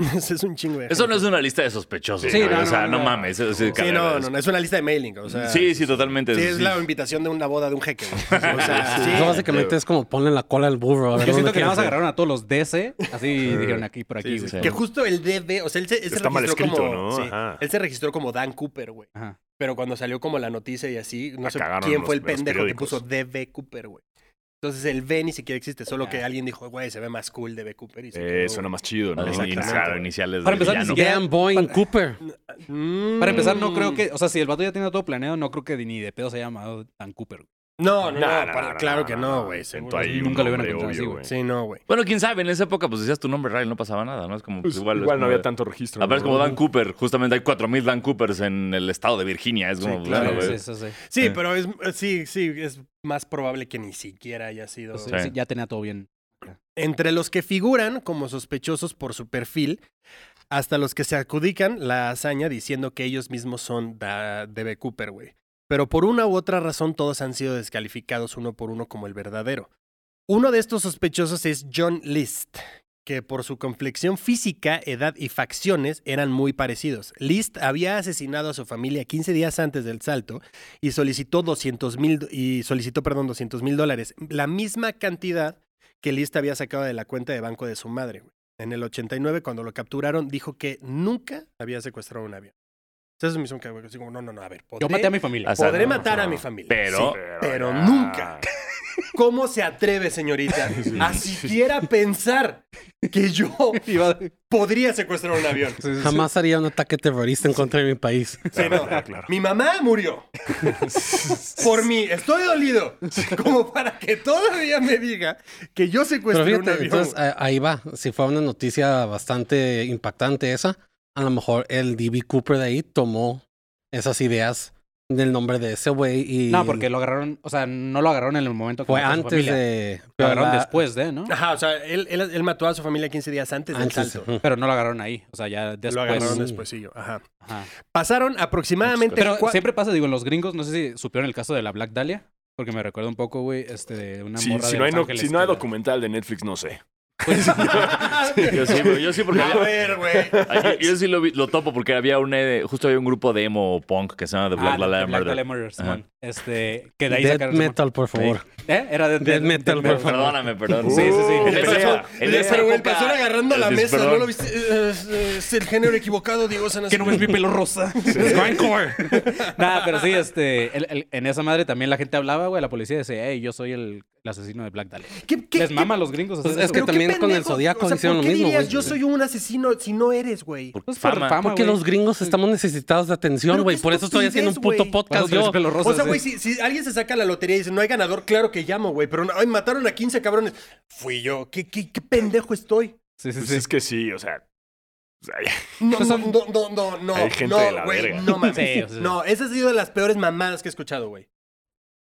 Eso es un chingo de
Eso no es
gente.
una lista de sospechosos.
Sí,
güey,
no,
o sea,
no,
no,
no.
mames. eso sí,
Sí,
carnal,
no, no, no, es una lista de mailing, o sea.
sí, sí, totalmente.
Sí,
sí,
es
sí.
la invitación de una boda de un jeque, güey. O sea, sí.
Eso básicamente es como ponle la cola al burro. A ver
Yo siento
dónde
Ah, que nada más
quieres ir.
agarraron a todos los DC, así y dijeron aquí por aquí,
Sí, sí,
güey.
sí.
Que justo el DB, o sea, él se, él se
Está mal
registró
escrito,
como,
¿no?
sí,
Ajá.
él se registró como Dan Cooper, güey.
Ajá.
Pero cuando salió como la noticia y así, no
La
sé
cagaron
quién
los-
fue el
los
pendejo que
periódicos.
puso DB Cooper, güey. Entonces el B ni siquiera existe, solo que alguien dijo, güey, se ve más cool DB Cooper. Y se
Eh,
quedó,
suena más chido, ¿no?
Ah,
Exactamente.
Claro, iniciales
Para
del
empezar, ni
villano.
siquiera-
Damn Boeing Cooper.
güey.
Para empezar, no
Mm.
creo que, o sea, si el vato ya tenía todo planeado, no creo que ni de pedo se haya llamado Dan Cooper. güey.
No, no, no,
No, no,
para-
no,
claro
no,
que
no,
no,
no,
güey.
no,
seguro.
inventó ahí un
Nunca lo hubieran
nombre,
encontrado así,
obvio,
güey.
Sí, no, güey.
Bueno, quién sabe, en esa época pues decías tu nombre real y no pasaba nada, ¿no? Es como pues, igual.
Igual,
es
no
como
había
de-
tanto registro.
Aparte es
¿no?
como Dan Cooper, justamente hay 4000 Dan Coopers en el estado de Virginia, es como
Sí, claro,
bueno,
sí,
güey.
sí, sí.
Sí,
Eh.
pero es, sí, sí, es más probable que ni siquiera haya sido.
Pues sí,
Sí.
sí, ya tenía todo bien.
Entre los que figuran como sospechosos por su perfil, hasta los que se adjudican la hazaña diciendo que ellos mismos son da- DB Cooper, güey. pero por una u otra razón todos han sido descalificados uno por uno como el verdadero. Uno de estos sospechosos es John List, que por su complexión física, edad y facciones eran muy parecidos. List había asesinado a su familia 15 días antes del salto y solicitó 200 mil y solicitó, perdón, 200 mil dólares, la misma cantidad que List había sacado de la cuenta de banco de su madre. güey. En el 89, cuando lo capturaron, dijo que nunca había secuestrado un avión. Entonces me hizo un cago, así como, no, no, no, a ver,
Yo
podré-
maté a mi familia.
O sea,
podré
no,
matar
no.
a mi familia.
Pero-
sí,
Pero
pero
ya.
nunca. ¿Cómo se atreve, señorita, a siquiera pensar que yo
Iba-
podría secuestrar un avión?
Jamás haría un ataque terrorista en contra de mi país.
Sí, no. Mi mamá murió. Por mí, estoy dolido. Como para que todavía me diga que yo secuestré Pues,
Pero
un
fíjate,
avión.
entonces
ah.
a- ahí va. Si fue una noticia bastante impactante esa, a lo mejor el DB Cooper de ahí tomó esas ideas del nombre de ese güey y.
No, porque lo agarraron, o sea, no lo agarraron en el momento que
fue
mató a su
antes
familia.
de.
Lo agarraron
la-
después de, ¿no?
Ajá, o sea, él, él- él mató a su familia 15 días antes del
Antes,
salto.
ujú.
Pero no lo agarraron ahí, o sea, ya después.
Lo agarraron
Sí.
después, Ajá.
Ajá.
Pasaron aproximadamente...
Pero
cua-
siempre pasa, digo, en los gringos, no sé si supieron el caso de la Black Dahlia, porque me recuerda un poco, güey, este, de una
Si,
morra
si
de
no hay,
Los
no-
Ángeles
si no hay
que la-
documental de Netflix, no sé.
Yo pues, sí, pero yo sí porque
A
había-
ver, güey.
Ay, yo, yo sí lo, vi- lo topo porque había un eh, justo había un grupo de emo punk que se llama The Black
Ah,
Lives
de Black
Murder.
Dahlia Murder, Simón. Este, que de ahí
Death
sacaron-
Metal, por favor.
¿Eh? Era de
Death metal, por favor.
Perdóname, perdón.
Uh,
Sí, sí, sí. En
le
esa-
pasó-
en
Le-
esa
pero el
época-
pasón agarrando la
el
mesa,
perdón.
¿no lo viste? Es, es el género equivocado, Diego San
Que no ves mi pelo rosa. Grindcore. Nada, pero sí, este, el- el- en esa madre también la gente hablaba, güey, la policía decía, hey, yo soy el, el asesino de Black Dahlia.
¿Qué, qué-
Les
qué-
mama a los gringos. hacer
Pues
eso,
es que
güey.
qué
también con el
pendejo?
Zodíaco
¿por
hicieron lo
qué
mismo,
dirías,
güey?
yo soy un asesino si no eres, güey?
Por
Pues por
fama.
fama,
Porque
güey.
los gringos estamos necesitados de atención,
Pero
güey.
qué
Por eso estoy haciendo un puto
estupidez, güey.
Por eso
podcast
tenés
yo.
pelo rosa,
O sea,
sí.
güey, si, si alguien se saca la lotería y dice, no hay ganador, claro que llamo, güey. Pero no, ay, mataron a 15 cabrones. Fui yo. ¿Qué, qué, qué pendejo estoy?
Sí, sí,
Pues
sí.
es que sí, o sea. o sea,
No,
Pues
no,
son-
no, no, no, no.
Hay gente
no,
de la
güey,
verga.
No, mames.
Sí, o sea.
No, esa ha sido de las peores mamadas que he escuchado, güey.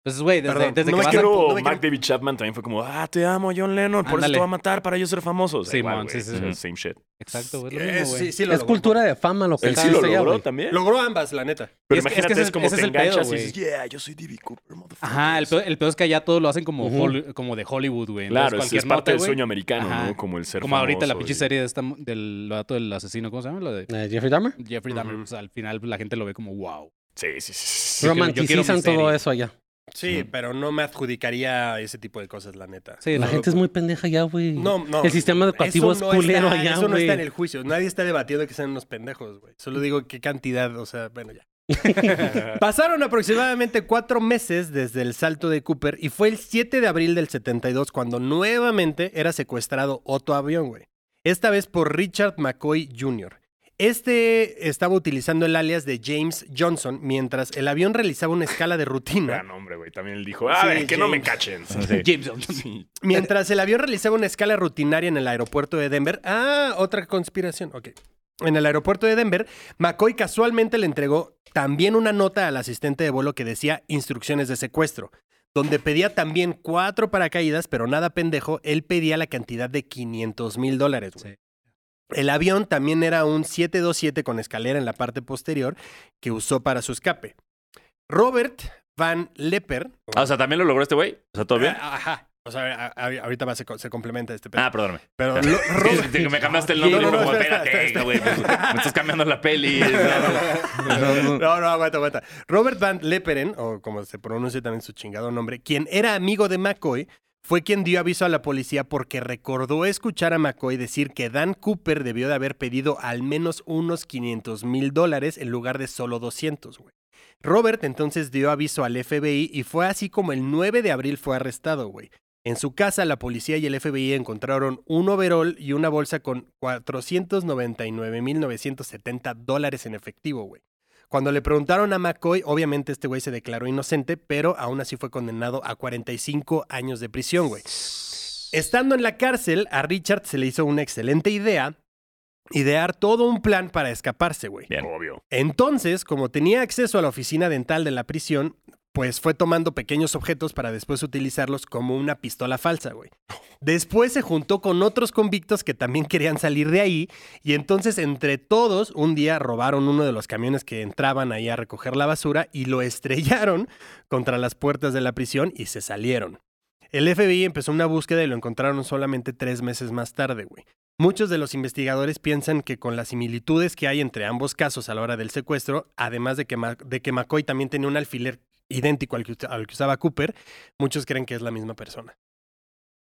Pues, güey, desde,
Perdón,
desde
no
que
me
vas
Pero
quiero-
a...
no me
Mark David Chapman también fue como, ah, te amo, John Lennon, por eso
Ándale.
te va a matar para yo ser famoso. O sea,
Sí,
igual,
man,
güey,
sí, sí, sí.
es Same shit.
Exacto, güey.
Eh,
Es lo mismo, güey.
sí, sí lo
es
logró.
cultura de fama lo que
Él
está
sí lo
en ella,
logró
güey.
también.
Logró ambas, la neta.
Pero
Es que- es que
imagínate, es,
ese-
como
ese
te
es el pedo,
enganchas y
güey.
dices, yeah, yo soy D.B. Cooper, motherfucker.
Ajá, el peor, el peor es que allá todos lo hacen como,
Ujú.
Holly- como de Hollywood, güey. Entonces,
Claro, es,
cualquier
es parte
nota,
del
güey,
sueño americano,
Ajá.
¿no? Como el ser
Como ahorita la
famoso
pinche
y-
serie de esta, del dato del asesino, ¿cómo se llama? La de
Eh, Jeffrey Dahmer.
Jeffrey Dahmer.
Ujú.
O sea, al final la gente lo ve como wow.
Sí, sí, sí. sí.
quiero
Romanticizan
mi
todo
serie.
eso allá.
Sí, pero no me adjudicaría ese tipo de cosas, la neta.
Sí,
La
no,
gente es muy pendeja allá, güey.
No, no.
El sistema educativo es
Eso no
culero
está-
allá,
Eso no
güey.
está en el juicio. Nadie está debatiendo que sean unos pendejos, güey. Solo digo qué cantidad, o sea, bueno, ya. Pasaron aproximadamente cuatro meses desde el salto de Cooper y fue el 7 de abril del 72 cuando nuevamente era secuestrado otro avión, güey. Esta vez por Richard McCoy Jr. Este estaba utilizando el alias de James Johnson mientras el avión realizaba una escala de rutina.
Gran hombre, güey. También él dijo, ah,
Sí,
que no me
James.
cachen.
James Johnson.
Mientras el avión realizaba una escala rutinaria en el aeropuerto de Denver. Ah, otra conspiración. Ok. En el aeropuerto de Denver, McCoy casualmente le entregó también una nota al asistente de vuelo que decía instrucciones de secuestro, donde pedía también cuatro paracaídas, pero nada pendejo, él pedía la cantidad de 500 mil dólares. güey.
Sí.
El avión también era un 727 con escalera en la parte posterior que usó para su escape. Robert Van Lepper.
Ah, o sea, también lo logró este güey. O sea, ¿todo bien?
Ah, Ajá. O sea, a- a- ahorita va, se, co- se complementa este pedo.
Ah, perdóname.
Pero
Sí,
lo- Robert-
sí, que me cambiaste el nombre.
No, no,
y fue
no,
como,
espera, espera,
espérate,
espera,
güey. pues, Me estás cambiando la peli.
No, no, aguanta, aguanta. Robert Van Leperen, o como se pronuncia también su chingado nombre, quien era amigo de McCoy, fue quien dio aviso a la policía porque recordó escuchar a McCoy decir que Dan Cooper debió de haber pedido al menos unos 500 mil dólares en lugar de solo 200, güey. Robert entonces dio aviso al FBI y fue así como el 9 de abril fue arrestado, güey. En su casa, la policía y el FBI encontraron un overall y una bolsa con 499.970 dólares en efectivo, güey. Cuando le preguntaron a McCoy, obviamente este güey se declaró inocente, pero aún así fue condenado a 45 años de prisión, güey. Estando en la cárcel, a Richard se le hizo una excelente idea, idear todo un plan para escaparse, güey.
Bien.
Obvio.
Entonces, como tenía acceso a la oficina dental de la prisión, pues fue tomando pequeños objetos para después utilizarlos como una pistola falsa, güey. Después se juntó con otros convictos que también querían salir de ahí y entonces entre todos un día robaron uno de los camiones que entraban ahí a recoger la basura y lo estrellaron contra las puertas de la prisión y se salieron. El FBI empezó una búsqueda y lo encontraron solamente tres meses más tarde, güey. Muchos de los investigadores piensan que con las similitudes que hay entre ambos casos a la hora del secuestro, además de que, Ma- de que McCoy también tenía un alfiler idéntico al que, usa- al que usaba Cooper, muchos creen que es la misma persona.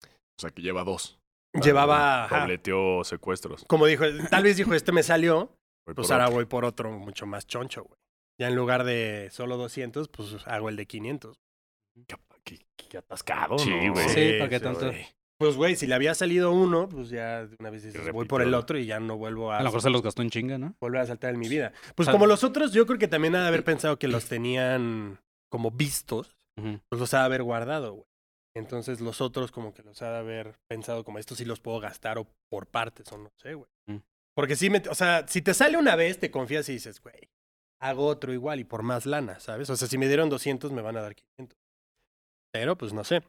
O sea, que lleva dos.
Llevaba, ajá,
Dobleteó secuestros.
como dijo, tal vez dijo, este me salió,
Voy
pues
por
ahora
otro.
voy por otro mucho más choncho, güey. Ya en lugar de solo 200, pues hago el de 500.
Qué, qué- qué atascado,
Sí,
¿no?
güey.
Sí, ¿para
porque
qué tanto?
Pues, güey, si le había salido uno, pues ya de una vez dices,
Y
voy por el
repitió.
otro y ya no vuelvo
Ah,
a,
A lo mejor se los gastó en chinga, ¿no?
volver a saltar en mi vida. Pues
Sal-
como los otros, yo creo que también ha de haber pensado que los tenían como vistos,
Ujú.
pues los ha de haber guardado, güey. Entonces los otros como que los ha de haber pensado como estos sí los puedo gastar o por partes o no sé, güey.
Mm.
Porque sí, me, o sea, si te sale una vez, te confías y dices, güey, hago otro igual y por más lana, ¿sabes? O sea, si me dieron 200, me van a dar 500. Pero pues no sé.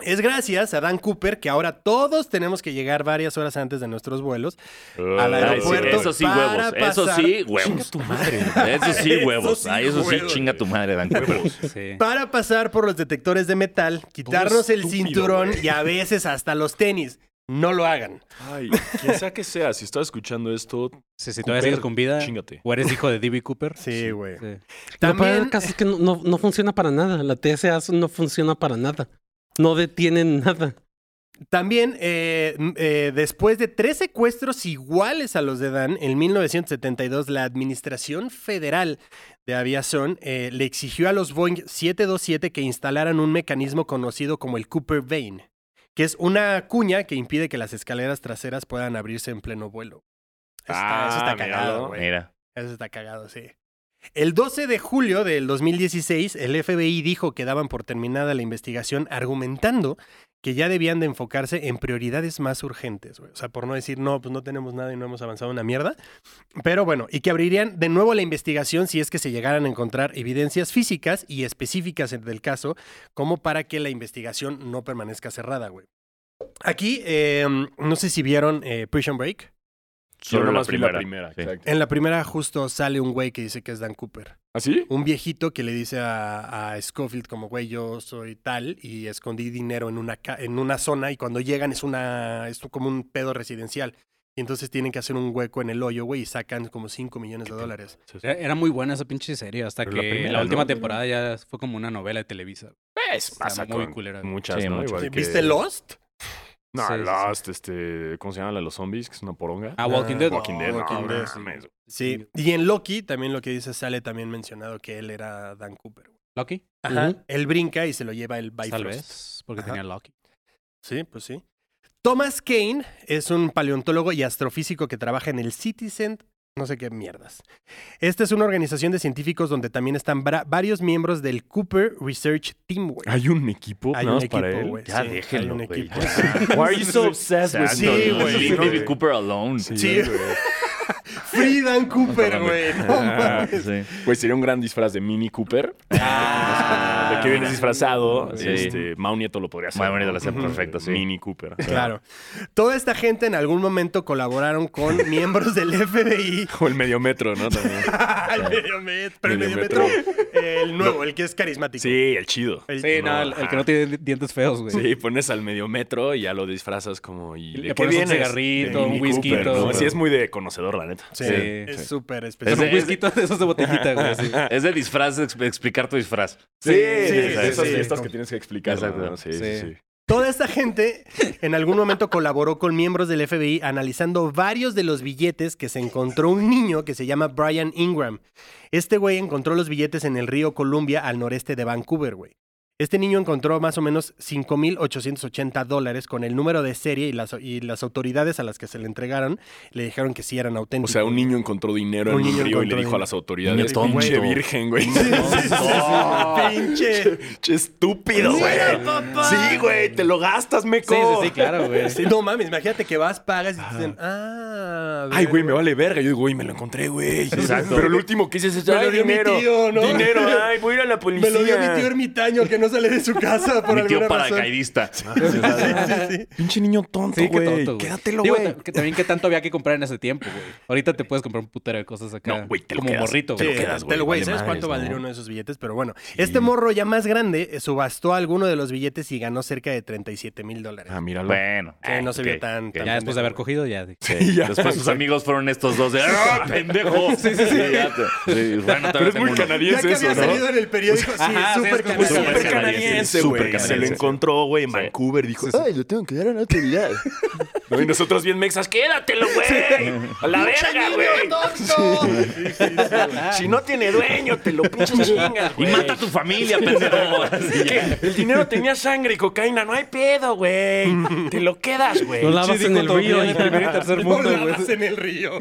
Es gracias a Dan Cooper que ahora todos tenemos que llegar varias horas antes de nuestros vuelos al
Ay, sí,
aeropuerto
güey.
eso sí,
para
huevos. Eso
pasar-
sí, huevos. Chinga tu madre. Eso sí,
Eso
huevos.
sí,
Ay, eso sí,
huevos.
chinga tu madre, Dan
Huevos.
Sí.
para pasar por los detectores de metal, quitarnos el
estúpido,
cinturón
güey.
y a veces hasta los tenis. No lo hagan.
Ay, quien sea que sea, si estás escuchando esto,
Sí, si todavía sigues
Cooper,
con vida.
chíngate.
O eres hijo de D.B. Cooper.
Sí, güey.
Sí.
Lo peor
También
del caso es que no, no, no funciona para nada. La TSA no funciona para nada. No detienen nada.
También, eh, m- eh, después de tres secuestros iguales a los de Dan, en 1972 la Administración Federal de Aviación eh, le exigió a los Boeing 727 que instalaran un mecanismo conocido como el Cooper Vane, que es una cuña que impide que las escaleras traseras puedan abrirse en pleno vuelo. Eso está, eso está
Ah, míralo.
cagado, güey.
Mira.
Eso está cagado, sí. El 12 de julio del 2016, el FBI dijo que daban por terminada la investigación argumentando que ya debían de enfocarse en prioridades más urgentes. güey. O sea, por no decir, no, pues no tenemos nada y no hemos avanzado una mierda. Pero bueno, y que abrirían de nuevo la investigación si es que se llegaran a encontrar evidencias físicas y específicas del caso como para que la investigación no permanezca cerrada, güey. Aquí, eh, no sé si vieron eh, Prison Break.
yo
Solo
nada
la
más vi la
primera.
primera.
Sí.
exacto.
En la primera justo sale un güey que dice que es Dan Cooper.
¿Ah, sí?
un viejito que le dice a, a Schofield como, güey, yo soy tal y escondí dinero en una, ca- en una zona y cuando llegan es, una, es como un pedo residencial. Y entonces tienen que hacer un hueco en el hoyo, güey, y sacan como 5 millones de dólares.
Era- Era muy buena esa pinche serie hasta
Pero
que
la
la,
primera,
última
¿no?
temporada ya fue como una novela de Televisa.
Pues
Está
pasa
muy
con
culera.
Muchas,
Sí,
¿no?
muchas.
Igual que-
¿Viste Lost?
No,
Sí, sí, sí.
Lost, este... ¿Cómo se llama la de los zombies? Que es una poronga.
Ah, Walking Dead.
Walking Dead. no,
Walking Dead,
no
sí.
mames.
Sí. Y en Loki, también lo que dice, sale también mencionado que él era Dan Cooper. güey.
Loki,
Ajá.
Ujú.
Él brinca y se lo lleva el Bifrost.
tal vez, porque
Ajá.
tenía Loki.
Sí, pues sí. Thomas Kane es un paleontólogo y astrofísico que trabaja en el Citizen, no sé qué mierdas. Esta es una organización de científicos donde también están bra- varios miembros del Cooper Research Team, güey.
Hay un equipo
Hay
nada
un
más para él.
equipo, güey.
Ya
sí,
déjenlo,
hay un
güey.
equipo.
Why are you so obsessed with
Exacto,
Pues Sí,
¿no?
güey,
Leave
sí,
David
güey.
Cooper alone.
Sí. Free Dan Cooper,
No,
güey. No
Ah,
mames.
Sí.
Pues sería un gran disfraz de Mini Cooper. de que vienes disfrazado.
Sí.
Este, Mau Nieto lo podría hacer.
Mau Nieto lo
¿no?
hace
Ujú.
perfecto, sí.
Mini Cooper.
Claro. Toda esta gente en algún momento colaboraron con miembros del FBI.
O el medio metro, ¿no? También.
el medio metro, pero el medio
Mediometro.
metro, el nuevo, el que es carismático.
Sí, el chido.
El-
Sí, no, el, el que no tiene di- dientes feos, güey.
Sí, pones al medio metro y ya lo disfrazas como. ¿Y
Le
de qué
pones un
vienes?
cigarrito,
De
un
Mini
whisky,
Cooper,
todo,
¿no?
güey.
Sí, es muy de conocedor, la neta.
Sí,
Sí.
es
Sí.
súper especial.
Es un
Ese-
whisky de esos de botellita, güey. sí.
Es de disfraz, exp- explicar tu disfraz.
Sí,
sí,
de
sí,
esas
sí.
fiestas que tienes que explicar.
Exacto.
¿no? Sí, sí,
Sí.
sí.
Toda esta gente en algún momento colaboró con miembros del FBI analizando varios de los billetes que se encontró un niño que se llama Brian Ingram. Este güey encontró los billetes en el río Columbia al noreste de Vancouver, güey. Este niño encontró más o menos 5.880 dólares con el número de serie y las, y las autoridades a las que se le entregaron le dijeron que sí eran
O
auténticos.
sea, un niño encontró dinero
Un
en
niño
un río y le
encontró
dijo a las
Niño
autoridades,
tonto.
pinche virgen, güey.
¡Pinche!
Che, estúpido, güey. Sí, güey, te lo gastas, meco.
Sí, sí, sí, claro, güey.
Sí, no mames, imagínate que vas, pagas y te dicen, ah. a ver,
Ay, güey, me vale verga. Yo digo, güey, me lo encontré, güey.
Exacto.
Pero lo último que hice es
Me lo
ay,
dio mi
dinero.
tío, ¿no?
Dinero, ay, voy a ir a la policía.
Me lo dio mi tío ermitaño que no sale de su casa por
Mi tío
alguna razón.
paracaidista.
Pinche niño tonto,
Sí, qué
güey.
tonto, güey.
Quédatelo,
Digo,
güey.
ta- que también qué tanto había que comprar en ese tiempo, güey. Ahorita te puedes comprar un putero de cosas acá.
No, güey, te lo
como
quedas,
morrito,
te lo
güey.
Sí,
quedas, güey,
te lo- güey.
vale
¿Sabes
madres,
cuánto
¿no?
valdría uno de esos billetes? Pero bueno, este morro ya más grande eh, subastó alguno de los billetes y ganó cerca de 37 mil dólares.
Ah, míralo.
Bueno.
Que no se vio
ok,
tan-
ok.
tan-
Ya después de haber cogido, ya. dije,
Sí, Después sus amigos fueron estos dos de ¡Ah, pendejo! Sí, sí, sí. ya te- sí, bueno, también
Pero es
tengo
muy
uno.
ya
canadiense
que
eso,
había salido
¿no?
en el periódico, sí,
Ajá, sí,
súper
es como
canadiense.
súper
Canadiense,
Súper
güey. Se lo
canadiense.
encontró, güey, en
Sí.
Vancouver. Dijo, ay, lo tengo que dar a la autoridad. No, Y nosotros bien mexas, quédatelo, güey. A la verga, güey. Si no tiene dueño, te lo pinches chingas,
Y
güey.
mata a tu familia, pendejo. Así ya.
El dinero tenía sangre y cocaína, no hay pedo, güey. Te lo quedas, güey.
Lo lavas en el río y
tercer
No lavas en el río.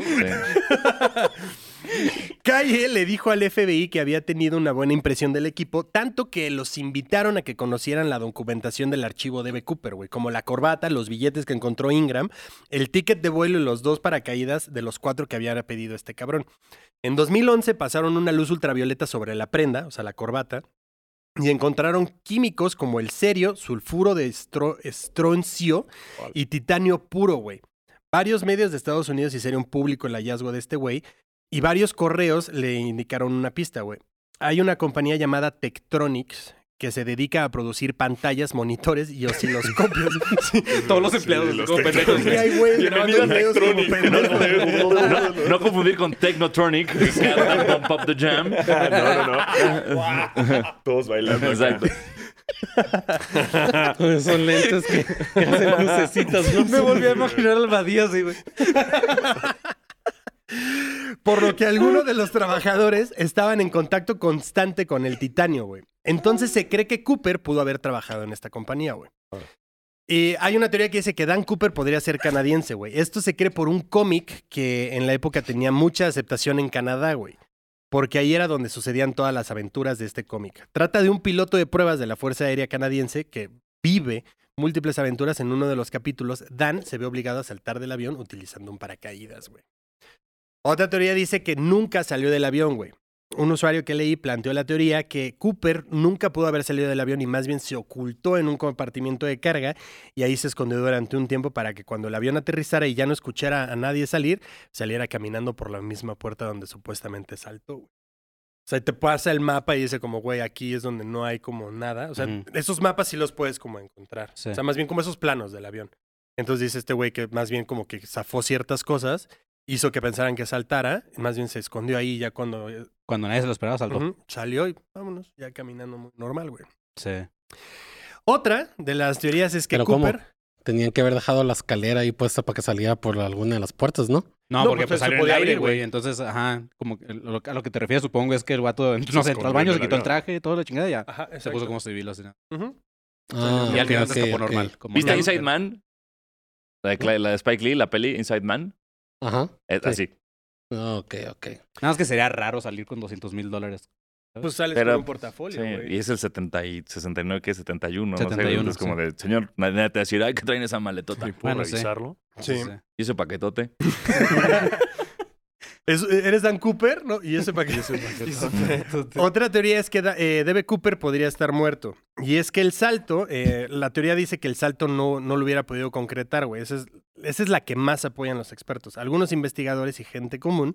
Calle le dijo al FBI que había tenido una buena impresión del equipo, tanto que los invitaron a que conocieran la documentación del archivo de B. Cooper, güey, como la corbata, los billetes que encontró Ingram, el ticket de vuelo y los dos paracaídas de los cuatro que había pedido este cabrón. En 2011 pasaron una luz ultravioleta sobre la prenda, o sea, la corbata, y encontraron químicos como el serio, sulfuro de estro- estroncio y titanio puro, güey. Varios medios de Estados Unidos hicieron público el hallazgo de este güey y varios correos le indicaron una pista, güey. Hay una compañía llamada Tektronix que se dedica a producir pantallas, monitores y osciloscopios. Sí,
Todos los empleados
los
como pendejos.
sí, hay güeyes grabando videos como pendejos.
No, no confundir con Technotronic, que cantan Pump Up the Jam.
Ah, no, no, no. Todos bailando.
Exacto.
Son lentes que, que hacen lucecitas, ¿no?
Me volví a imaginar al Badía así, güey.
Por lo que algunos de los trabajadores estaban en contacto constante con el titanio, güey. Entonces se cree que Cooper pudo haber trabajado en esta compañía, güey. Y hay una teoría que dice que Dan Cooper podría ser canadiense, güey. Esto se cree por un cómic que en la época tenía mucha aceptación en Canadá, güey. Porque ahí era donde sucedían todas las aventuras de este cómic. Trata de un piloto de pruebas de la Fuerza Aérea Canadiense que vive múltiples aventuras en uno de los capítulos. Dan se ve obligado a saltar del avión utilizando un paracaídas, güey. Otra teoría dice que nunca salió del avión, güey. Un usuario que leí planteó la teoría que Cooper nunca pudo haber salido del avión y más bien se ocultó en un compartimiento de carga y ahí se escondió durante un tiempo para que cuando el avión aterrizara y ya no escuchara a nadie salir, saliera caminando por la misma puerta donde supuestamente saltó, güey. O sea, te pasa el mapa y dice como, güey, aquí es donde no hay como nada. O sea,
Ujú.
esos mapas sí los puedes como encontrar.
Sí.
O sea, más bien como esos planos del avión. Entonces dice este güey que más bien como que zafó ciertas cosas, hizo que pensaran que saltara, más bien se escondió ahí y ya cuando eh,
Cuando nadie se lo esperaba, saltó.
ujú, salió y vámonos, ya caminando muy normal, güey.
Sí.
Otra de las teorías es que
Pero ¿cómo?
Cooper...
Tenían que haber dejado la escalera ahí puesta para que saliera por alguna de las puertas, ¿no?
No,
No,
porque
pues,
pues,
se
salió en
podía
el aire,
abrir, güey.
güey. Entonces, ajá, como que lo- a lo que te refieres, supongo, es que el vato, no sé, entró
escondió
al baño,
en
se
el
quitó el
avión.
traje, toda la chingada, y ya.
Ajá,
Se puso como civil así. ¿no?
Ah,
y al
ok,
final se
ok,
escapó
ok.
normal. como
¿Viste
tal.
Inside Man? La de, Cla- la de Spike Lee, la peli Inside Man.
Ajá.
Es
Sí.
Así.
Ah, Ok, ok.
Nada más que sería raro salir con 200 mil dólares.
Pues sales
Pero-
con un portafolio,
Sí,
güey.
y es el 70 y 69, que es 71. no sé,
71,
entonces como de, señor, nadie te va a decir, ay, que traen esa maletota.
Bueno, sí.
Sí.
Sí.
Y ese paquetote. Pues
Es- ¿Eres Dan Cooper? ¿No? Y ese para qué. Otra teoría es que da- eh, Debe Cooper podría estar muerto. Y es que el salto, eh, la teoría dice que el salto no, no lo hubiera podido concretar, güey. Esa es, esa es la que más apoyan los expertos, algunos investigadores y gente común.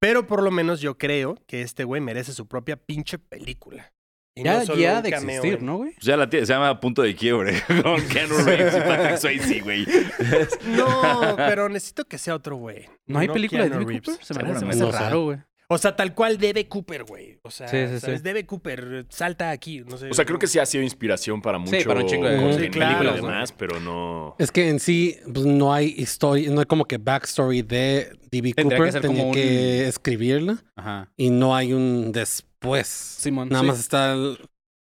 Pero por lo menos yo creo que este güey merece su propia pinche película. Y
Ya,
no solo
ya
un
de
cameo
existir,
en-
¿no, güey?
Pues ya la tiene, se llama Punto de Quiebre. Con Keanu Reeves y Patrick Swayze, güey.
Pues
No, pero necesito que sea otro güey.
¿No hay película de
Keanu
David
Reeves.
Cooper? Se me, se me
Seguramente.
hace
No sé.
raro, güey.
O sea, tal cual Debe Cooper, güey. O sea,
Sí, sí, sí.
¿sabes? Debe Cooper, salta aquí. No sé.
O sea, creo que sí ha sido inspiración para mucho.
para un chingo de
contenido
Sí,
y
claro,
demás, pero no.
Es que en sí pues, no hay historia, no hay como que backstory de D.B.
Tendría que
Cooper.
ser
Tenía
como
que escribirla
Ajá.
y no hay un después.
Simón,
Nada
sí.
más está el-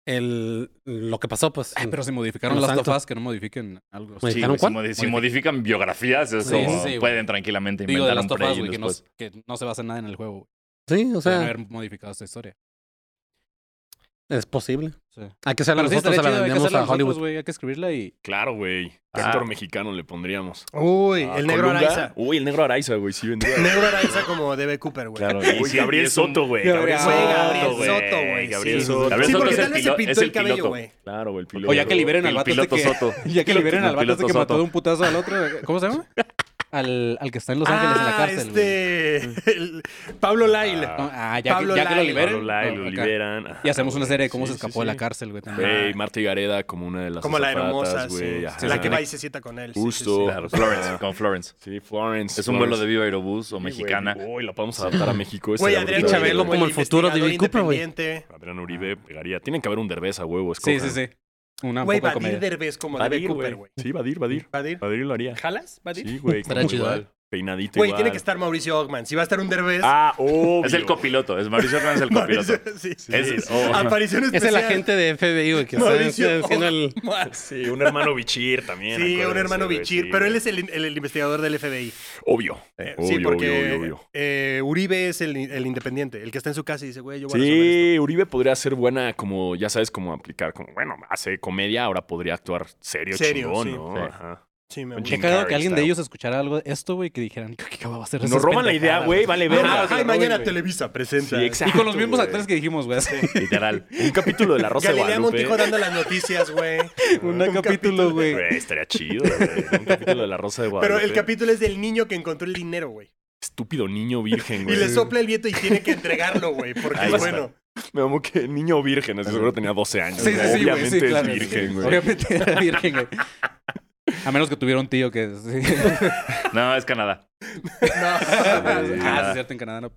el, lo que pasó, pues.
Ay, pero se modificaron
Lo
las
santo.
tofas que no modifiquen algo.
Güey,
Sí,
¿Dijeron
güey,
cuál?
si, modi- si modifican biografías, es
Sí,
como
sí, güey.
pueden tranquilamente
Digo,
inventar
de las
un pre
tofas,
y un
güey, que no,
después.
que no se basa en nada en el juego. güey.
Sí, o
Pueden
sea,
haber modificado esta historia.
es posible.
Sí.
Hay que hacerla
Pero sí,
nosotros,
estaría
se la
chido, hay que
vendemos
hacerla
a
nosotros,
Hollywood.
güey, hay que escribirla y...
Claro, güey.
Ah.
Actor mexicano le pondríamos.
Uy,
Ah,
el negro
Colunga.
Araiza.
Uy, el negro Araiza, güey. Sí vendría.
Negro Araiza como DB Cooper, güey.
Claro,
Uy,
y sí,
Gabriel
es un-
Soto, güey.
Gabriel Soto,
güey.
Gabriel
Sí.
Soto.
Gabriel
Sí,
Soto
porque
es el
tal vez se
pilo-
pintó
es
el cabello,
piloto.
güey.
Claro, güey, el piloto.
O ya que liberen
el
al vato este
piloto
que...
Soto.
Ya que liberen al
El
vato este
piloto
que mató
Soto.
de un putazo al otro. güey. ¿Cómo se llama? Al, al que está en Los Ángeles en la
Ah,
cárcel, güey.
este... el- Pablo Lyle.
No, ah, ya, que,
Pablo
ya que lo
Lyle.
liberen.
Pablo Lai,
no,
lo
acá.
liberan. Ajá,
Y hacemos una
güey.
serie de cómo
Sí,
se
sí,
escapó de
sí.
la cárcel, güey. también.
Güey, Marta Gareda como una de las
Como la hermosa,
azafatas,
sí.
güey,
Sí,
ajá.
La que va y se sienta con él. sí, sí, sí.
Justo.
Claro, Florence, con Florence.
Sí, Florence.
Es un vuelo de Viva Aerobús o
Florence.
mexicana.
Sí, güey. Uy, la podemos adaptar a México. estaría
Güey, Adrián
brutal.
Chabelo
Uribe
como el futuro de
investigador
Billy Cooper, güey.
independiente.
Adrián Uribe pegaría. Tienen que haber un derbez a huevo.
Sí,
escojan.
sí, sí. Una un
Güey,
poco de
Badir
comedia.
Derbez como DB
Vadir,
Cooper, güey.
güey. Sí, Vadir, Vadir.
Vadir.
Vadir lo haría.
¿Jalas, Badir?
Sí, güey.
Estaría
como
chido,
igual.
¿eh?
Peinadito
Güey,
igual.
tiene que estar Mauricio Ogman. Si va a estar un Derbez...
Ah, obvio.
Es el copiloto, es Mauricio Hernández el copiloto.
Mauricio, sí.
Es- oh.
Aparición
Es
especial.
el agente de FBI, güey, que
Mauricio
está haciendo el...
Ogman.
Sí, un hermano bichir también.
Sí, un
acuérdense,
hermano
güey,
Bichir,
sí,
pero
güey.
él es el, el- el investigador del FBI.
Obvio.
Eh,
Obvio,
sí, porque
obvio, obvio, obvio.
eh, Uribe es el, el independiente, el que está en su casa y dice, güey, yo voy a resolver esto.
Sí, Uribe podría ser buena como, ya sabes, como aplicar, como, bueno, hace comedia, ahora podría actuar serio,
Serio,
chingón,
sí.
¿no?
Sí.
Ajá.
Sí, me
Un
gusta.
Jim
Qué cagado
Carrey
que alguien de
style.
ellos escuchara algo de esto, güey, que dijeran, ¿qué qué va a hacer
Nos roban la idea, güey, vale
Ajá,
verga.
ajá, y mañana Televisa presenta.
Sí, exacto.
Y con los mismos
güey.
actores que dijimos, güey. hace
Literal. Un capítulo de La Rosa de
Galilea
Guadalupe.
Montijo dando las noticias, güey.
Un capítulo, güey.
Güey, estaría chido, güey. Un capítulo de La Rosa de Guadalupe.
Pero el capítulo es del niño que encontró el dinero, güey.
Estúpido niño virgen,
Y
güey.
le sopla el viento y tiene que entregarlo, güey, porque
Ahí
es
está.
bueno.
Me amo que niño virgen, así seguro tenía 12 años.
Sí, sí, sí, güey,
Obviamente
sí, claro.
es virgen, güey.
Obviamente era virgen, güey. A menos que tuviera un tío que... Sí.
No, es Canadá.
ah, sí, es cierto, en Canadá no...